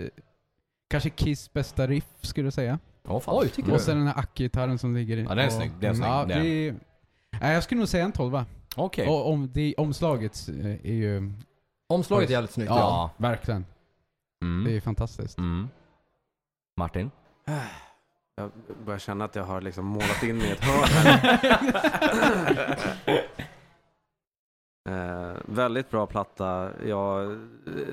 S4: Kanske Kiss bästa riff skulle jag säga.
S2: Åh fan.
S1: Oj, tycker
S4: Och
S1: du?
S4: sen den här ackgitarren som ligger i.
S2: Ja, den är snygg, den är snygg,
S4: Ja,
S2: den.
S4: det, nej, jag skulle nog säga en tolva.
S2: Okej.
S4: Och om, det, omslaget eh, är ju...
S1: Omslaget är jävligt snyggt.
S4: Ja,
S1: Ja.
S2: Ja.
S4: verkligen. Det
S2: Mm.
S4: är fantastiskt.
S2: Mm. Martin?
S5: Jag börjar känna att jag har liksom målat in mig i ett hörn.
S2: Mm.
S5: här. Eh, väldigt bra platta. Jag,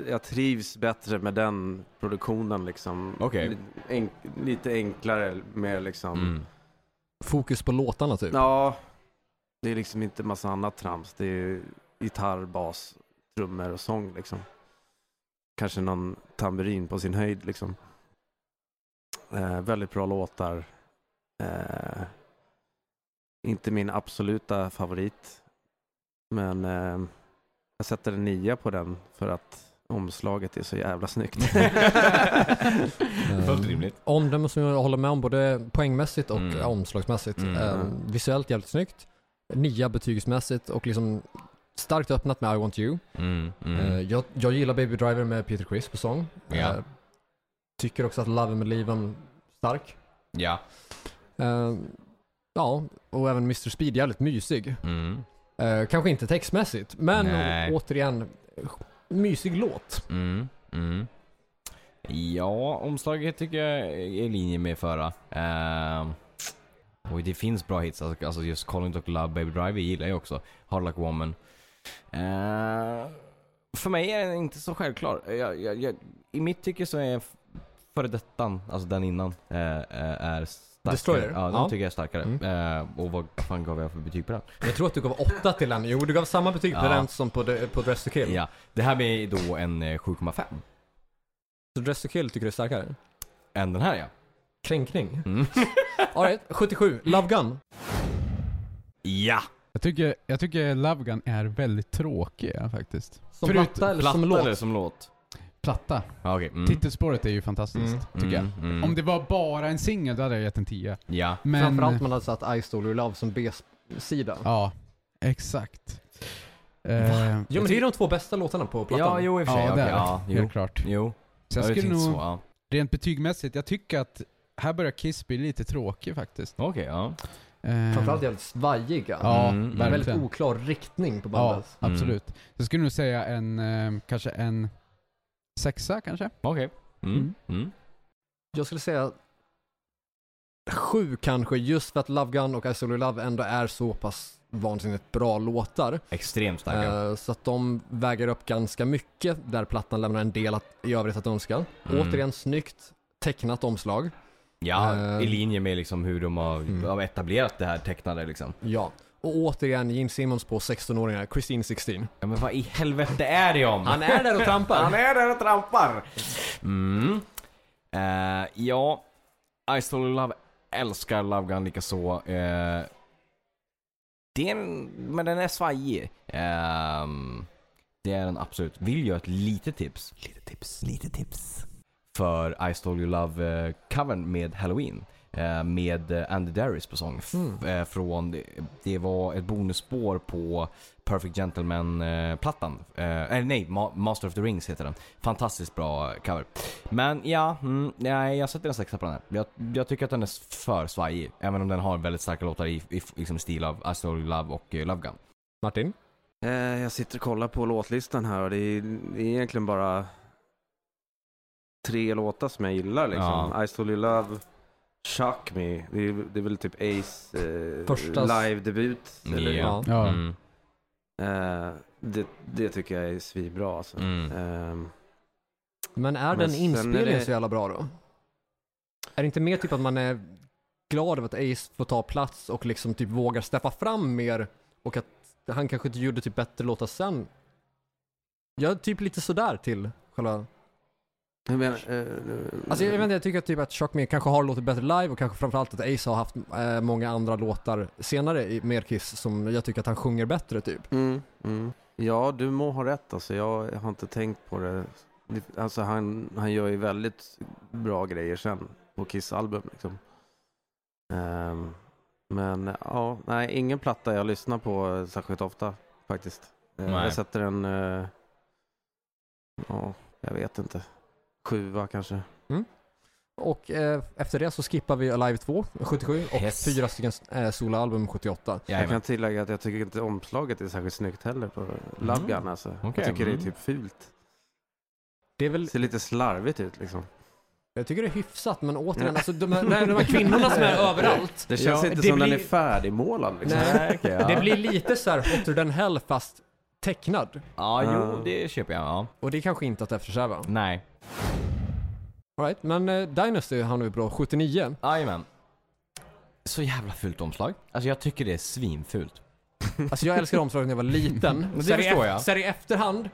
S5: jag trivs bättre med den produktionen. Liksom.
S2: Okej.
S5: Li- enk- lite enklare, mer liksom...
S2: Mm.
S1: Fokus på låtarna typ.
S5: Ja, det är liksom inte massa annat trams. Det är ju gitarr, bas, trummor och sång liksom. Kanske någon tamburin på sin höjd liksom. Eh, väldigt bra låtar. Eh, inte min absoluta favorit. Men eh, jag sätter en nia på den för att omslaget är så jävla snyggt.
S4: Mm.
S2: Fullt rimligt.
S1: Omdömen Eh, som jag håller med om både poängmässigt och
S2: Mm.
S1: omslagsmässigt.
S2: Mm.
S1: Eh, visuellt jävligt snyggt. Nya betygsmässigt och liksom starkt öppnat med I want you.
S2: Mm. Mm.
S1: Eh, jag, jag gillar Baby Driver med Peter Criss på sång.
S2: Ja.
S1: Eh, tycker också att Love med Leaven stark.
S2: Ja.
S1: Eh, ja, och även Mr Speed jävligt mysig.
S2: Mm.
S1: Eh, kanske inte textmässigt, men
S2: Nej.
S1: återigen mysig låt.
S2: Mm. Mm. Ja, omslaget tycker jag är i linje med förra. Ehm, och det finns bra hits. Alltså, alltså just Calling och Love Baby Driver gillar jag också. Hard Luck Woman. Ehm, för mig är den inte så självklar. Jag, jag, jag, I mitt tycke så är f- före dettan, alltså den innan, eh, eh, är starkare.
S1: Destroyer?
S2: Ja, den
S1: Ja. Mm.
S2: tycker jag är starkare. Ehm, och vad fan gav jag för betyg på den?
S1: Jag tror att du gav åtta till den. Jo, du gav samma betyg på
S2: Ja.
S1: den som på, de, på Dress to Kill.
S2: Ja, det här blir då en eh, 7,5.
S1: Så Dress to Kill tycker du är starkare?
S2: Än den här ja.
S1: Kränkning?
S2: Mm.
S1: Alright, 77. Love Gun.
S2: Ja!
S4: Jag tycker, jag tycker Love Gun är väldigt tråkig ja, faktiskt.
S1: Som
S4: Förut-
S1: platta eller
S2: Platta
S1: som låt?
S2: eller som låt?
S4: Platta.
S2: Ja, Okej. Mm.
S4: Titelspåret är ju fantastiskt, tycker jag.
S2: Mm, mm.
S4: Om det var bara en singel, då hade jag gett en 10.
S2: Ja.
S4: Men...
S1: Framförallt man hade satt I Stole Your Love som B-sida.
S4: Ja, exakt. Eh,
S1: Jo men det är de två bästa låtarna på plattan.
S2: Ja, jo i och för sig.
S4: ja, det
S2: okej,
S4: är
S2: ja,
S4: det.
S2: jo.
S4: Helt klart.
S2: Jo.
S4: Så jag
S2: Ja, det
S4: skulle nog,
S2: finns så, ja.
S4: rent betygsmässigt, jag tycker att här börjar Kiss bli lite tråkig faktiskt.
S2: Okej, ja.
S4: Eh,
S1: Framförallt jävligt svajiga.
S4: Ja,
S2: Mm,
S1: Med
S2: mm.
S1: väldigt
S4: verkligen.
S1: oklar riktning på
S4: Ja,
S1: bandet.
S2: Mm.
S4: absolut. Så jag skulle nog säga en, eh, kanske en sexa kanske?
S2: Okej. Mm.
S4: Mm.
S2: Mm.
S1: Jag skulle säga sju kanske, just för att Love Gun och I Stole Your Love ändå är så pass vansinnigt bra låtar.
S2: Extremt starka.
S1: Eh, så att de väger upp ganska mycket där plattan lämnar en del att, i övrigt att önska.
S2: Mm.
S1: Återigen snyggt tecknat omslag.
S2: ja,
S1: eh,
S2: i linje med liksom hur de har,
S1: Mm.
S2: har etablerat det här tecknade liksom.
S1: Ja. Och återigen Gene Simmons på 16-åringar, Christine 16.
S2: Ja, men vad i helvete är det om?
S1: Han är där och
S2: Han
S1: trampar.
S2: är där och trampar! Mm. Eh, ja, I Stole Your Love älskar Love Gun lika så. Eh, det är en, men den är svajig. Ehm, det är den absolut. Vill jag ett litet tips? Lite tips. Lite tips. För I Stole Your Love-covern med Halloween. eh, Med eh, Andy Darius på sång. F-
S1: Mm.
S2: eh, Från, det- det var ett bonusspår på Perfect Gentleman-plattan. Eh, Eller nej, Ma- Master of the Rings heter den. Fantastiskt bra cover. Men ja, mm, nej, jag sätter en sexa på den här. Jag, jag tycker att den är för svajig. Även om den har väldigt starka låtar i, i liksom stil av I Stole Your Love och eh, Love Gun.
S1: Martin?
S5: Eh, Jag sitter och kollar på låtlistan här och det är, det är egentligen bara tre låtar som jag gillar liksom. I Stole Your Love, Chuck Me, det är, det är väl typ Ace eh,
S1: Första-
S5: live-debut. eller-
S1: Ja.
S4: Ja.
S2: Mm.
S5: Eh, det, det tycker jag är svinbra alltså.
S2: Mm.
S5: Ehm,
S1: Men är
S5: Men
S1: den
S5: sen är
S1: inspelningen
S5: det-
S1: så jävla bra då? Är det inte mer typ att man är glad över att Ace får ta plats och liksom typ vågar steppa fram mer och att han kanske inte gjorde typ bättre låtar sen? Jag är typ lite sådär till själva...
S5: jag menar, eh,
S1: Alltså jag vet inte, jag tycker typ att Shock Me kanske har låtit bättre live och kanske framförallt att Ace har haft eh, många andra låtar senare i mer Kiss som jag tycker att han sjunger bättre typ.
S5: Mm, mm. Ja, du må ha rätt alltså. Jag har inte tänkt på det. Det- Alltså han, han gör ju väldigt bra grejer sen på Kiss album liksom. Ehm, men ja, nej, ingen platta jag lyssnar på särskilt ofta faktiskt. Eh,
S2: Nej.
S5: jag sätter en, eh, ja, jag vet inte, sjua kanske.
S1: Mm. Och eh, efter det så skippar vi Alive 2, 77 och
S2: Yes.
S1: fyra stycken eh, soloalbum 78.
S5: Jag
S2: Jajamän.
S5: kan tillägga att jag tycker inte omslaget är särskilt snyggt heller på Love
S2: Mm.
S5: Gun alltså.
S2: Okej,
S5: Jag tycker det
S2: mm.
S5: är typ fult.
S1: Det är väl,
S5: ser lite slarvigt ut liksom.
S1: jag tycker det är hyfsat men återigen, alltså de här, nej, de här kvinnorna som är överallt.
S5: Det känns
S1: Ja,
S5: inte
S1: det
S5: som
S1: blir-
S5: den är färdigmålad liksom.
S1: Nej.
S2: Nej, okej, ja.
S1: Det blir lite så här Hotter than Hell fast tecknad.
S2: ja,
S5: eh.
S2: jo det köper jag. Ja.
S1: Och det kanske inte att eftersträva.
S2: Nej.
S1: All right, men eh, Dynasty hamnar vi på 79.
S2: Jajamän. Så jävla fult omslag. Alltså jag tycker det är svinfult.
S1: Alltså jag älskade omslaget när jag var liten.
S2: det
S1: Så här i
S2: förstår
S1: eft-
S2: jag.
S1: Så här i efterhand,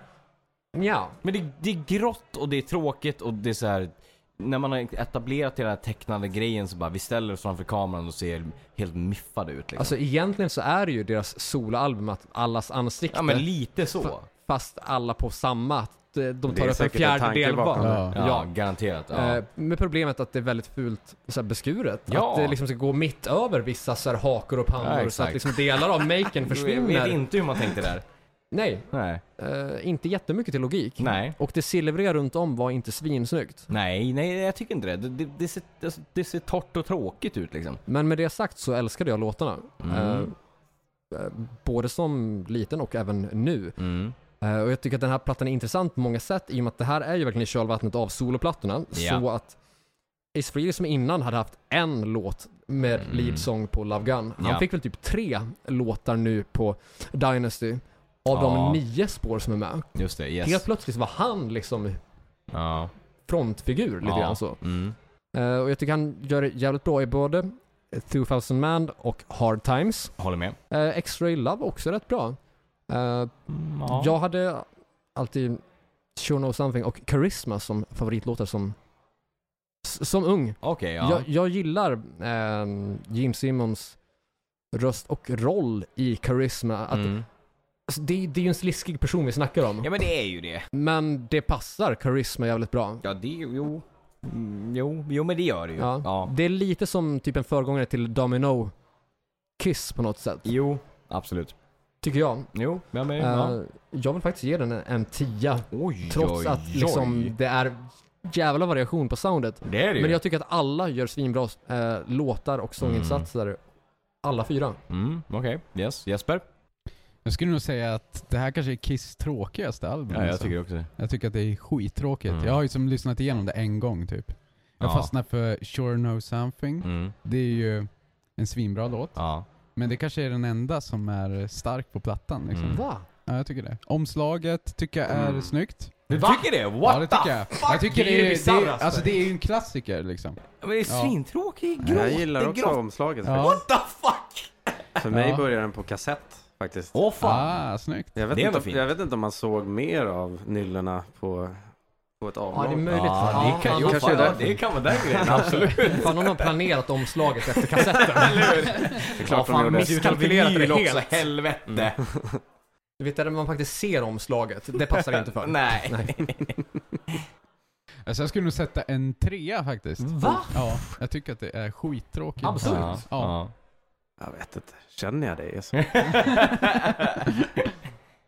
S1: ja.
S2: Men det, det är grått och det är tråkigt och det är så här. När man har etablerat hela den här tecknade grejen så bara vi ställer oss framför kameran och ser helt miffade ut liksom.
S1: Alltså egentligen så är det ju deras soloalbum att allas ansikte,
S2: ja men lite så.
S1: fast alla på samma. Att eh, de
S5: Det
S1: tar
S5: är
S1: upp en
S5: säkert en tanke
S1: fjärdedel
S5: bakom
S1: var.
S5: det.
S4: Ja.
S2: Ja, garanterat. Ja.
S1: Eh, Med problemet att det är väldigt fult så här beskuret.
S2: Ja.
S1: Att det liksom ska gå mitt över vissa så här hakor och
S2: Ja,
S1: pannor så
S2: exakt.
S1: att liksom delar av maken
S2: Jag vet
S1: försvinner.
S2: inte hur man tänkte där.
S1: Nej,
S2: Nej.
S1: eh, inte jättemycket till logik.
S2: Nej.
S1: Och det silvriga runt om var inte svinsnyggt.
S2: Nej, nej jag tycker inte det. Det, det, det, ser, det, det ser torrt och tråkigt ut liksom.
S1: Men med det sagt så älskade jag låtarna.
S2: Mm.
S1: Eh, eh, både som liten och även nu.
S2: Mm.
S1: Eh, och jag tycker att den här plattan är intressant på många sätt i och med att det här är ju verkligen i kölvattnet av soloplattorna.
S2: Ja.
S1: Så att Ace Frehley som innan hade haft en låt med
S2: Mm.
S1: leadsång på Love Gun. Han
S2: Ja.
S1: fick väl typ tre låtar nu på Dynasty av
S2: Ja.
S1: de nio spår som är med.
S2: Just det, yes.
S1: Helt plötsligt var han liksom
S2: Ja.
S1: frontfigur lite
S2: ja.
S1: grann så.
S2: Mm.
S1: Eh, och jag tycker han gör det jävligt bra i både 2000 Man och Hard Times.
S2: Håller med.
S1: Eh, X-Ray Love också rätt bra. Eh,
S2: Mm,
S1: Jag hade alltid Show No Something och Charisma som favoritlåtar som, s- som ung.
S2: Okej, ja.
S1: Jag, jag gillar ehm, Jim Simmons röst och roll i Charisma. Att,
S2: Mm.
S1: alltså, det, det är ju en sliskig person vi snackar om.
S2: Ja men det är ju det.
S1: Men det passar Charisma jävligt bra.
S2: Ja det, jo. Mm, jo, jo men det gör det ju.
S1: Ja.
S2: ja.
S1: Det är lite som typ en föregångare till Domino Kiss på något sätt.
S2: Jo, absolut.
S1: Tycker jag.
S2: Jo, ja, men, ja.
S1: Eh, jag vill faktiskt ge den en, en tia.
S2: Oj,
S1: Trots
S2: oj,
S1: att liksom,
S2: oj.
S1: det är jävla variation på soundet.
S2: Det är det ju.
S1: Men jag tycker att alla gör svinbra eh, låtar och sånginsatser. Alla fyra.
S2: Mm, okej. Yes. Jesper?
S4: Jag skulle nog säga att det här kanske är Kiss tråkigaste album. alltså.
S2: också det.
S4: jag tycker att det är skittråkigt.
S2: Mm.
S4: Jag har ju som lyssnat igenom det en gång typ. Jag
S2: Ja.
S4: fastnade för Sure Know Something.
S2: Mm,
S4: Det är ju en svinbra låt.
S2: ja.
S4: Men det kanske är den enda som är stark på plattan liksom.
S2: Mm.
S1: Va?
S4: Ja, jag tycker det. Omslaget tycker jag är
S5: Mm.
S4: snyggt.
S2: Du tycker det? What
S4: ja, det tycker jag. jag tycker
S1: Det är ju det
S4: det, är, det,
S1: bisarraste.
S4: alltså, det är ju en klassiker liksom.
S2: Men det är
S4: Ja.
S2: svintråkigt. Grått.
S5: Jag gillar också
S2: grått.
S5: omslaget
S4: Ja.
S2: What
S5: faktiskt.
S2: the fuck?
S5: För mig
S4: Ja.
S5: börjar den på kassett faktiskt.
S2: Åh fan.
S4: Ah, snyggt.
S5: Jag vet,
S2: Det
S5: inte
S2: var
S5: om,
S2: fint.
S5: jag vet inte om man såg mer av nyllorna på, på ett
S1: Ja, det är
S5: avlångt.
S1: möjligt.
S2: Ja, det kan,
S1: fan,
S2: jo,
S5: kanske
S2: fan,
S5: är därför.
S2: det kan vara den grejen, absolut.
S1: Fan, någon har planerat omslaget efter kassetten.
S5: det är
S2: Ja,
S5: klart de
S2: fan,
S5: gjorde.
S1: Kalkylerade
S2: misskalkylerade
S1: det
S2: det också,
S1: helt.
S2: helvete.
S1: Du vet, där man faktiskt ser omslaget. Det passar inte för.
S2: Nej.
S4: Alltså, jag skulle nog sätta en trea faktiskt.
S1: Va?
S4: Ja, jag tycker att det är skittråkigt.
S1: Absurt.
S4: Ja. Ja.
S5: Jag vet inte. Känner jag dig? Så.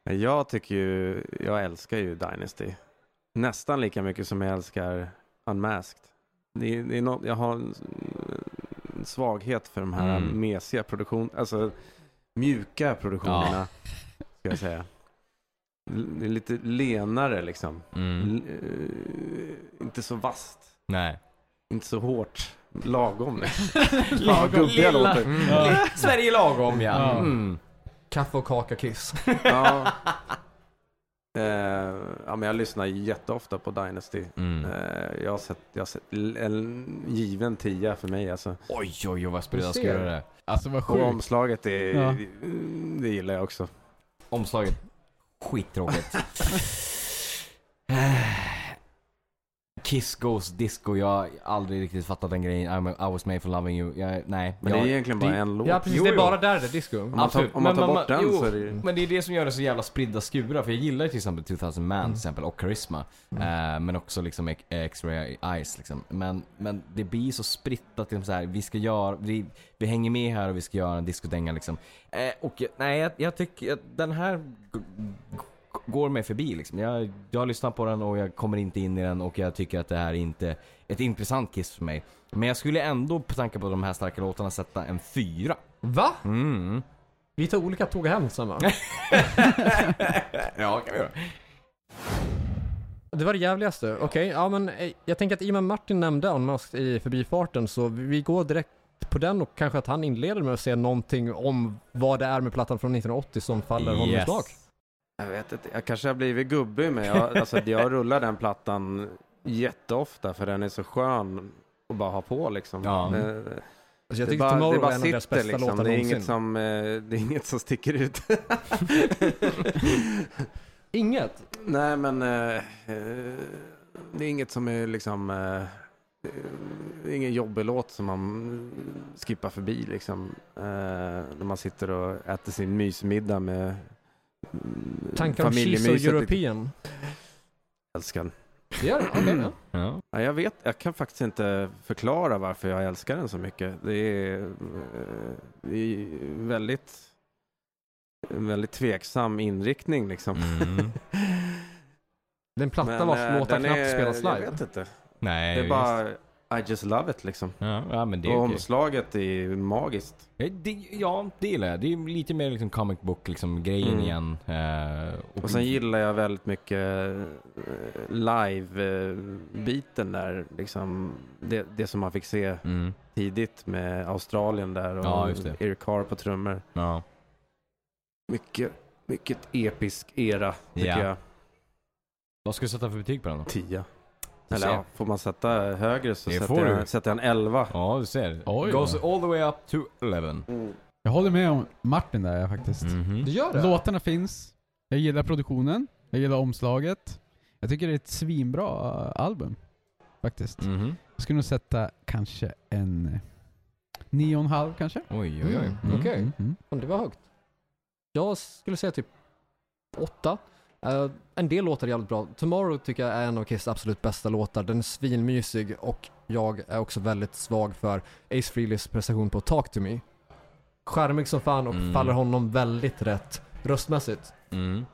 S5: Men jag tycker ju, jag älskar ju Dynasty. Nästan lika mycket som jag älskar Unmasked. Det är, det är något, jag har en, en svaghet för de här
S2: Mm.
S5: mesiga produktion, alltså mjuka produktionerna. Ska jag säga. L- Det är lite lenare liksom.
S2: Mm.
S5: L- eh, inte så vasst.
S2: Nej.
S5: Inte så hårt. Lagom.
S2: Lilla-
S5: gubbiga
S2: lilla-
S5: låter.
S2: Ja. Sverige lagom ja.
S4: Ja.
S2: Mm.
S1: Kaffe och kaka kiss.
S5: Ja. Eh, ja, men jag lyssnar jätteofta på Dynasty.
S2: Mm.
S5: Eh, jag, har sett, jag har sett l- en given tia för mig alltså.
S2: Oj, oj, oj vad
S1: Du
S2: spridda
S1: ser.
S2: skurar det
S4: Alltså vad
S5: Och
S4: sjukt.
S5: omslaget, är,
S4: Ja.
S5: mm, det gillar jag också.
S2: Omslaget. Skittråkigt. Kiss Goes Disco, jag har aldrig riktigt fattat den grejen. I'm, I was made for loving you. Jag, nej.
S5: Men
S2: jag,
S5: det är egentligen bara
S2: det-
S5: en låt. Mm.
S1: Ja, precis.
S2: Jo,
S1: det är
S2: jo.
S1: bara där det är disco.
S5: Om man
S2: absolut.
S5: tar, om man
S2: Men
S5: tar
S2: man-
S5: bort den
S2: jo.
S5: så är det ju...
S2: Men det är det som gör det så jävla spridda skurar. För jag gillar ju till exempel 2000 Man till exempel, och Charisma. Eh, men också liksom X- X-Ray Eyes liksom. Men, men det blir så spritt att liksom så här, vi ska göra, vi, vi hänger med här och vi ska göra en discodänga liksom. Eh, och jag, nej, jag, jag tycker att den här g- g- går mig förbi liksom. Jag, jag har lyssnat på den och jag kommer inte in i den och jag tycker att det här är inte ett intressant Kiss för mig. Men jag skulle ändå på tanke på de här starka låtarna sätta en fyra.
S1: Va?
S2: Mm.
S1: Vi tar olika tåg hem sen va?
S2: ja, kan vi göra.
S1: Det var det jävligaste. Okej, ja men eh, jag tänker att i och med Martin nämnde Unmasked i förbifarten så vi- vi går direkt på den och kanske att han inleder med att säga någonting om vad det är med plattan från 1980 som faller honom i smak.
S5: Jag vet inte, jag kanske har blivit gubbig men jag, alltså, jag rullar den plattan jätteofta för den är så skön att bara ha på liksom.
S2: Ja.
S5: Eh,
S1: Alltså jag
S5: det,
S1: tycker
S5: bara, det
S1: Tomorrow
S5: bara
S1: är en av deras
S5: sitter
S1: bästa
S5: liksom.
S1: låtar
S5: Det är,
S1: någonsin.
S5: inget som, eh, det är inget som sticker ut.
S1: Inget?
S5: Nej men eh, eh, det är inget som är liksom eh, det är ingen jobbig låt som man skippar förbi liksom. Eh, när man sitter och äter sin mysmiddag med mm,
S1: Tankar om She's so
S5: familjemyset. typ.
S1: European?
S5: Älskar den.
S1: Det är det? Okej, ja.
S2: Ja.
S5: Ja, jag vet, jag kan faktiskt inte förklara varför jag älskar den så mycket. Det är, eh, det är väldigt, en väldigt tveksam inriktning liksom.
S2: Mm.
S1: Det är en platta
S5: Men, eh,
S1: vars låtar
S5: den
S1: knappt
S5: är-
S1: spelas
S5: Jag
S1: live.
S5: vet inte.
S2: Nej,
S5: Det är
S2: just-
S5: bara, I just love it liksom.
S2: Ja, ja, men det är
S5: och
S2: okej.
S5: omslaget är magiskt.
S2: Eh, Det, ja, det gillar jag. Det är lite mer liksom comic book liksom, grejen
S5: Mm.
S2: igen. Eh,
S5: Och sen gillar jag väldigt mycket eh, live-biten där. Liksom, det, det som man fick se
S2: Mm,
S5: tidigt med Australien där och
S2: Ja, just det.
S5: Eric Carr på trummor.
S2: ja.
S5: Mycket, mycket episk era tycker
S2: Ja.
S5: jag.
S2: Vad ska du sätta för betyg på den då?
S5: Tia.
S2: Du
S5: Eller
S2: ser.
S5: ja, får man sätta högre så
S2: Det
S5: sätter
S2: får du.
S5: jag, sätter jag en 11.
S2: Ja, du ser.
S4: Oj.
S2: Goes all the way up to 11.
S4: Jag håller med om Martin där ja, faktiskt.
S2: Mm.
S1: Du gör det?
S4: Låtarna finns. Jag gillar produktionen. Jag gillar omslaget. Jag tycker det är ett svinbra eh, album. Faktiskt.
S2: Mhm.
S4: Jag skulle nog sätta kanske en eh, nio och en halv kanske.
S2: Oj, oj, oj.
S1: Mm. Okej.
S4: mm.
S1: Fan, Det var högt. Jag skulle säga typ åtta. Eh, en del låtar är jävligt bra. Tomorrow tycker jag är en av Kiss absolut bästa låtar. Den är svinmysig och jag är också väldigt svag för Ace Frehleys prestation på Talk To Me. Charmig som fan och
S2: Mm.
S1: faller honom väldigt rätt röstmässigt.
S2: Mm.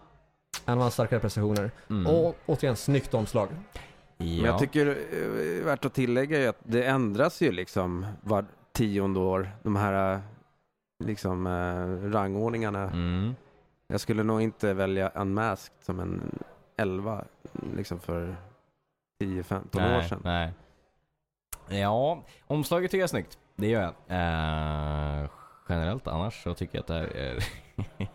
S1: En av hans starkare prestationer.
S2: Mm.
S1: Och återigen, snyggt omslag.
S5: Men jag tycker eh, värt att tillägga är att det ändras ju liksom var tionde år. De här eh, liksom eh, rangordningarna.
S2: Mm.
S5: Jag skulle nog inte välja Unmasked som en 11 liksom för 10-15 år
S2: nej,
S5: sedan.
S2: nej. Ja, omslaget tycker jag är snyggt. Det gör jag. Eh, generellt annars så tycker jag att det här är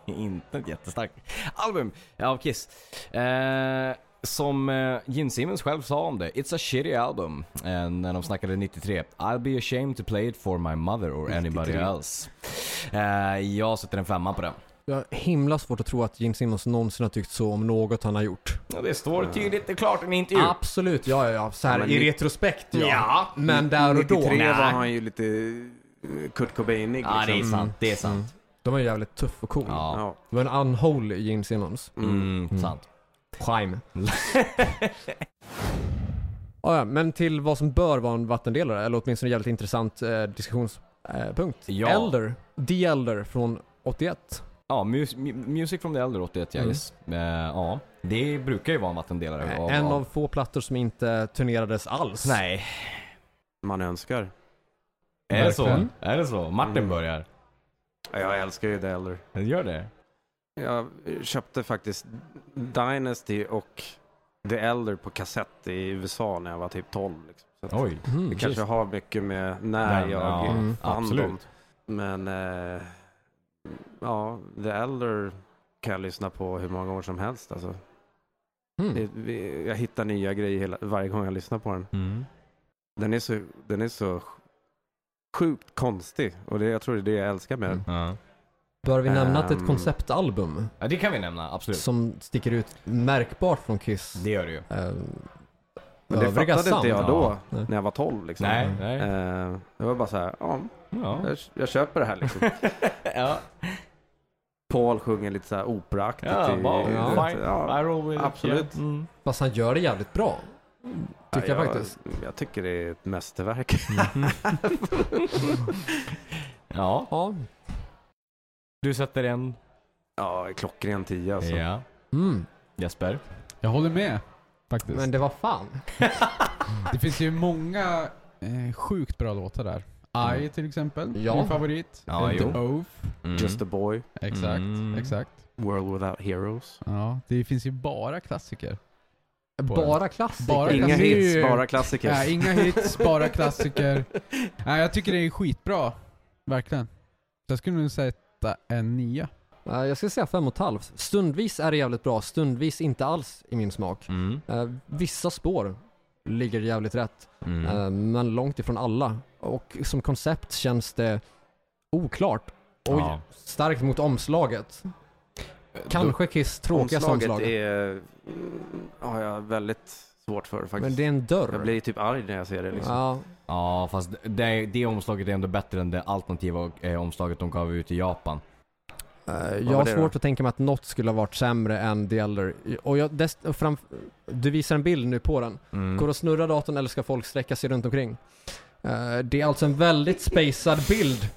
S2: inte ett jättestarkt album av Kiss. Eh, som eh, Gene Simmons själv sa om det, It's a shitty album. Eh, när de snackade 93. I'll be ashamed to play it for my mother or anybody
S5: 93.
S2: else. Eh, jag sätter en femma på den.
S1: Jag har himla svårt att tro att Gene Simmons någonsin har tyckt så om något han har gjort.
S2: Ja, det står tydligt, det är klart, en intervju.
S1: Absolut, ja ja ja. Så här
S5: Ja, men
S1: i
S5: ni-
S1: retrospekt ja.
S2: Ja.
S1: Men där och då.
S5: 93
S2: Nej.
S5: var han ju lite eh, Kurt Cobainig
S2: Ja, det är
S5: liksom.
S2: sant. Det är sant.
S1: Mm. De är jävligt tuff och cool.
S2: Ja.
S5: Ja.
S1: Det var en unholy Gene Simmons.
S5: Mm.
S2: Mm,
S1: Mm.
S2: sant.
S1: Schaim. ah, ja, men till vad som bör vara en vattendelare, eller åtminstone en jävligt intressant eh, diskussionspunkt.
S2: Ja.
S1: Elder, The Elder från 81.
S2: Ja, mus mu- Music from the Elder 81 ja,
S1: Mm. Eh,
S2: yes. Eh, ja, det brukar ju vara en vattendelare. av-
S1: en av få plattor som inte turnerades alls.
S2: Nej.
S5: Man önskar.
S2: Är det så?
S4: Verkligen.
S2: Är det så? Martin
S5: Mm.
S2: börjar.
S5: Ja, Jag älskar ju The Elder.
S2: Gör det?
S5: Jag köpte faktiskt Dynasty och The Elder på kassett i USA när jag var typ 12. Liksom. Så att
S2: Oj.
S1: Mm.
S5: Det kanske har mycket med när
S2: Nej,
S5: jag
S2: ja,
S5: fann dem.
S2: absolut.
S5: Men eh, ja, The Elder kan jag lyssna på hur många gånger som helst. Alltså. Det,
S1: Mm.
S5: vi- jag hittar nya grejer hela, varje gång jag lyssnar på den.
S2: Mm.
S5: Den är så, den är så sjukt konstig och det, jag tror det är det jag älskar med den.
S1: Mm.
S2: Ja.
S1: Bör vi nämna att det är ett
S5: Ehm.
S1: konceptalbum
S2: ja, det kan vi nämna. Absolut.
S1: som sticker ut märkbart från Kiss
S2: Det gör det ju.
S1: eh,
S5: Men det
S1: övriga
S5: fattade
S1: sound.
S5: inte jag då,
S2: Ja.
S1: Nej.
S5: när jag var 12. Liksom.
S2: Nej,
S1: Mm.
S2: nej.
S5: Eh, det var bara så här, ja,
S2: Ja.
S5: jag, jag köper det här liksom.
S2: ja.
S5: Paul sjunger lite så här operaaktigt.
S2: Ja,
S5: i-
S2: bara,
S5: i-
S1: ja.
S2: fine.
S5: ja.
S2: I roll with it,
S5: absolut.
S2: yeah. Mm.
S1: Fast han gör det jävligt bra. Tycker jag
S5: Ja,
S1: faktiskt.
S5: Jag tycker det är ett mästerverk.
S2: Ja.
S1: Ja.
S2: Du sätter en.
S5: Ja, klockren 10 alltså.
S2: Ja.
S1: Mm.
S2: Jesper?
S4: Jag håller med faktiskt.
S1: Men det var fan.
S4: Det finns ju många eh, sjukt bra låtar där. I till exempel,
S1: Ja.
S4: min favorit.
S2: Mm. Ja,
S4: Eh,
S2: jo.
S4: The Oath.
S5: Just a boy,
S4: Exakt,
S2: Mm.
S4: exakt.
S5: World Without Heroes.
S4: Ja, det finns ju bara klassiker.
S1: Bara klassiker.
S4: Bara
S5: Mm. Inga
S4: klassiker.
S5: hits, bara klassiker.
S4: Nej, inga hits, bara klassiker. Nej, jag tycker det är skitbra. Verkligen. Så jag skulle nog sätta en nia.
S1: Eh, Jag skulle säga fem och ett halvt. Stundvis är det jävligt bra, stundvis inte alls i min smak.
S2: Mm.
S1: Eh, Vissa spår ligger jävligt rätt,
S2: Mm.
S1: eh, men långt ifrån alla. Och som koncept känns det oklart och
S2: Ja.
S1: starkt mot omslaget.
S4: Eh,
S1: Kanske Kiss tråkigaste
S5: Omslaget
S1: omslag.
S5: är, mm, har jag väldigt svårt för faktiskt.
S1: Men det är en dörr.
S5: Jag blir typ arg när jag ser det liksom.
S1: Ja,
S2: Ja, fast det, det omslaget är ändå bättre än det alternativa eh, omslaget de gav ut i Japan.
S1: eh,
S5: var
S1: jag har
S5: det
S1: svårt
S5: då?
S1: att tänka mig att något skulle ha varit sämre än The Elder. Och jag, dest- och fram- du visar en bild nu på den.
S2: Mm.
S1: Går det att snurra datorn eller ska folk sträcka sig runt omkring? Eh, det är alltså en väldigt spacad bild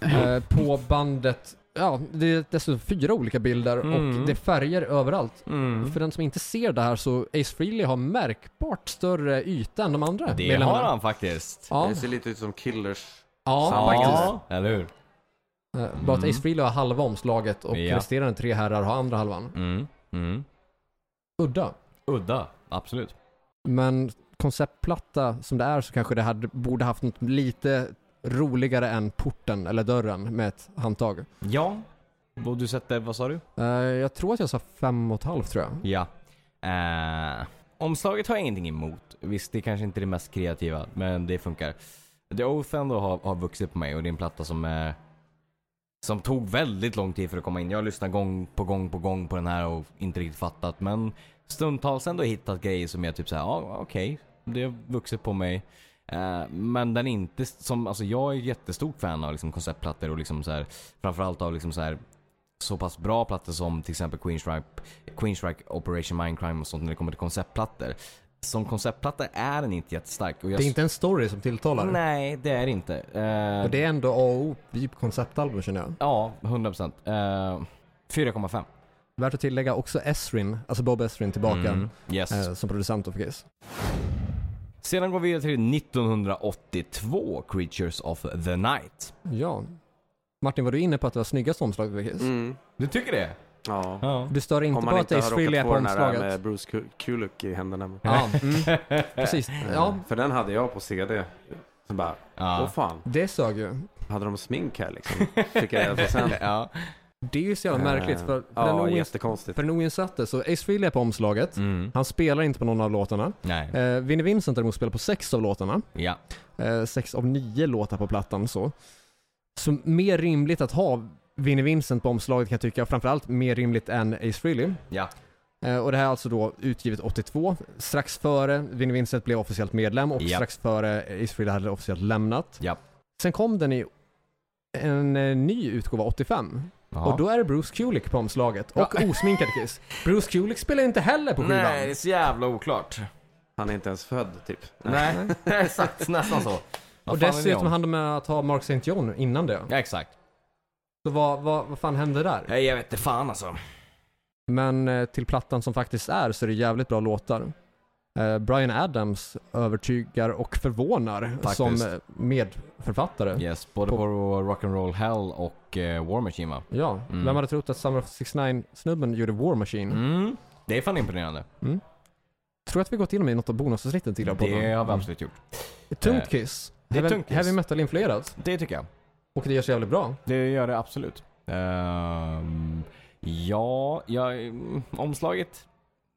S2: Mm.
S1: eh, på bandet. Ja, det är dessutom fyra olika bilder
S2: Mm.
S1: och det är färger överallt.
S2: Mm.
S1: För den som inte ser det här så Ace Frehley har märkbart större yta än de andra
S2: Det
S1: medlemmarna.
S2: har han faktiskt.
S1: Ja,
S5: Det ser lite ut som Killers.
S1: ja
S5: samma
S1: faktiskt.
S5: grej.
S2: Eller hur?
S1: Eh, bara att
S2: Mm.
S1: Ace Frehley har halva omslaget och
S2: Ja.
S1: resterande tre herrar har andra halvan.
S2: Mm. Mm.
S1: Udda.
S2: Udda, absolut.
S1: Men konceptplatta som det är så kanske det hade, borde haft något lite roligare än porten eller dörren med ett handtag.
S2: Ja. Och du sätter, vad sa du?
S1: Eh, jag tror att jag sa fem och ett halvt tror jag.
S2: Ja. Eh, omslaget har jag ingenting emot. Visst, det är kanske inte är det mest kreativa, men det funkar. The Oath ändå har, har vuxit på mig och det är en platta som eh, som tog väldigt lång tid för att komma in. Jag har lyssnat gång på gång på gång på den här och inte riktigt fattat. Men stundtals ändå hittat grejer som jag typ såhär, ja okej, det har vuxit på mig. Eh, men den är inte som, alltså jag är jättestort fan av liksom konceptplattor och liksom så här, framförallt av liksom så här så pass bra plattor som till exempel Queenstrike, Queenstrike Operation Mindcrime och sånt när det kommer till konceptplattor. Som konceptplatta är den inte jättestark. Och jag
S1: Det är inte en story som tilltalar.
S2: Nej, det är det inte. Eh,
S1: Och det är ändå A och O i konceptalbum känner jag.
S2: Ja, 100 procent. Eh, 4,5.
S1: Värt att tillägga också Esrin, alltså Bob Esrin tillbaka
S2: Mm, Yes.
S1: eh, som producent av Kiss.
S2: Sedan går vi vidare till 1982, Creatures of the Night.
S1: Ja. Martin, var du inne på att det var snyggaste omslaget för Kiss?
S5: Mm.
S2: Du tycker det?
S5: Ja.
S2: Ja.
S1: Du stör inte
S5: Om
S1: på
S5: man
S1: att
S5: inte har
S1: Ace Frehley är
S5: råkat
S1: på
S5: få den här eh,
S1: omslaget?
S5: med Bruce Ku- Kulick i händerna.
S1: Ja, mm, precis. Ja,
S5: För den hade jag på CD. Så bara, åh
S2: ja.
S5: fan.
S1: det sög ju.
S5: Hade de smink här liksom? Fick jag reda på sen.
S2: ja.
S1: Det är ju så jävla märkligt för, för, den,
S5: Eh, Ja,
S1: oins-
S5: jättekonstigt.
S1: för den oinsatte så Ace Frehley är på omslaget.
S2: Mm.
S1: Han spelar inte på någon av låtarna.
S2: Nej.
S1: Eh, Vinnie Vincent däremot spelar på sex av låtarna.
S2: Ja.
S1: Eh, sex av nio låtar på plattan så. Så mer rimligt att ha Vinnie Vincent på omslaget kan jag tycka, och framförallt mer rimligt än Ace Frehley.
S2: Ja.
S1: Eh, och det här är alltså då utgivet 82, strax före Vinnie Vincent blev officiellt medlem och
S2: Ja.
S1: strax före Ace Frehley hade officiellt lämnat.
S2: Ja.
S1: Sen kom den i en eh, ny utgåva 85
S2: Jaha.
S1: och då är det Bruce Kulick på omslaget och
S2: Ja.
S1: osminkad Kiss. Bruce Kulick spelar inte heller på skivan.
S2: Nej, det är så jävla oklart.
S5: Han är inte ens född typ.
S2: Nej, exakt. Nästan så. Vad fan är
S1: Och
S2: det
S1: dessutom
S2: om?
S1: hann de med att ha Mark St. John innan det.
S2: Ja, exakt.
S1: Så vad, vad, vad fan hände där?
S2: Nej, jag vet inte fan alltså.
S1: Men eh, till plattan som faktiskt är så är det jävligt bra låtar. Eh, Brian Adams övertygar och förvånar
S2: Faktiskt.
S1: som eh, medförfattare.
S2: Yes, både på Rock'n'Roll Hell och eh, War Machine va?
S1: Ja,
S2: Mm.
S1: vem hade trott att Summer of 69-snubben gjorde War Machine?
S2: Mm. Det är fan imponerande.
S1: Tror att vi gått igenom i något av bonusavsnitten tidigare på
S2: Det har vi absolut gjort.
S1: Ett tungt
S2: Eh,
S1: Kiss.
S2: det är
S1: heavy,
S2: tungt Kiss.
S1: heavy metal-influerat.
S2: Det tycker jag.
S1: Och det görs jävligt bra.
S2: Det gör det absolut. Ehm, ja, ja, mm, omslaget?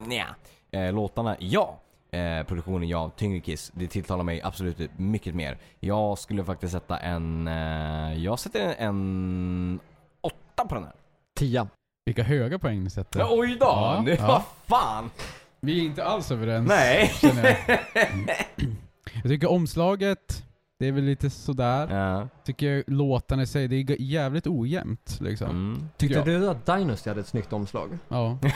S2: Nja. Eh, låtarna? Ja. Eh, produktionen? Ja. Tyngre Kiss? Det tilltalar mig absolut mycket mer. Jag skulle faktiskt sätta en... Eh, jag sätter en, en åtta på den här.
S1: Tia.
S4: Vilka höga poäng ni sätter.
S2: Men oj då!
S4: Ja,
S2: nu,
S4: ja.
S2: Vad fan!
S4: Vi är inte alls överens.
S2: Nej!
S4: känner jag. jag tycker omslaget, det är väl lite sådär.
S2: Ja.
S4: Tycker jag låtarna i sig, det är g- jävligt ojämnt liksom.
S2: Mm.
S1: Tyckte
S4: Ja.
S1: du att Dynasty hade ett snyggt omslag?
S4: Ja.
S1: Det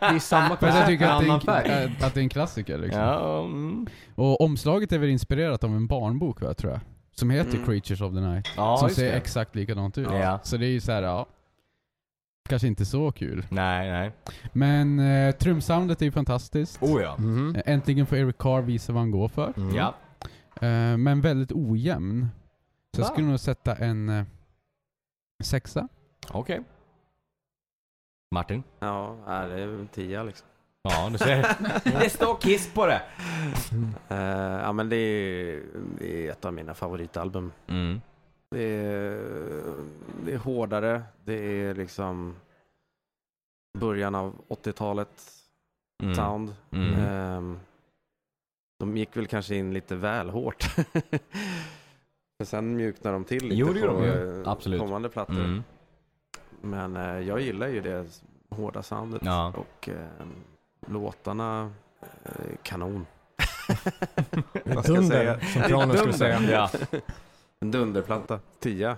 S1: är ju samma
S4: Fast jag
S1: koncept
S4: tycker
S1: med
S4: att det,
S1: annan
S4: är, äh,
S1: färg.
S4: en- att- att det är en klassiker liksom.
S2: Ja, mm.
S4: Och omslaget är väl inspirerat av en barnbok va, tror jag. Som heter
S5: Mm.
S4: Creatures of the Night.
S2: ja
S4: som
S2: just
S4: ser
S2: det.
S4: exakt likadant ut.
S2: Ja.
S4: Så det är ju såhär, ja. kanske inte så kul.
S2: Nej, nej.
S4: Men eh, trumsoundet är ju fantastiskt.
S2: Oh ja.
S1: Mhm.
S4: Eh, Äntligen får Eric Carr visa vad han går för.
S2: Mm. Ja.
S4: Eh, men väldigt ojämn. Så jag
S2: Ah.
S4: skulle nog sätta en eh, sexa.
S2: Okej. Martin?
S5: Ja, nej, det är väl en tia liksom.
S2: Ja, du ser. det står Kiss på det!
S5: Eh, ja, men det är, det är ett av mina favoritalbum.
S2: Mm.
S5: Det är, det är hårdare, det är liksom början av 80-talet
S2: Mm.
S5: sound.
S2: Mm.
S5: Ehm, de gick väl kanske in lite väl hårt. Men sen mjuknade de till lite
S2: Jo, det gjorde
S5: på
S2: de ju.
S5: eh,
S2: Absolut.
S5: kommande plattor.
S2: Mm.
S5: Men eh, jag gillar ju det s- hårda soundet
S2: Ja.
S5: och eh, låtarna eh, kanon.
S1: Ett
S5: ska jag
S1: dunder,
S5: säga?
S1: som Kranen skulle säga.
S2: Ja.
S5: En dunderplatta. Tia.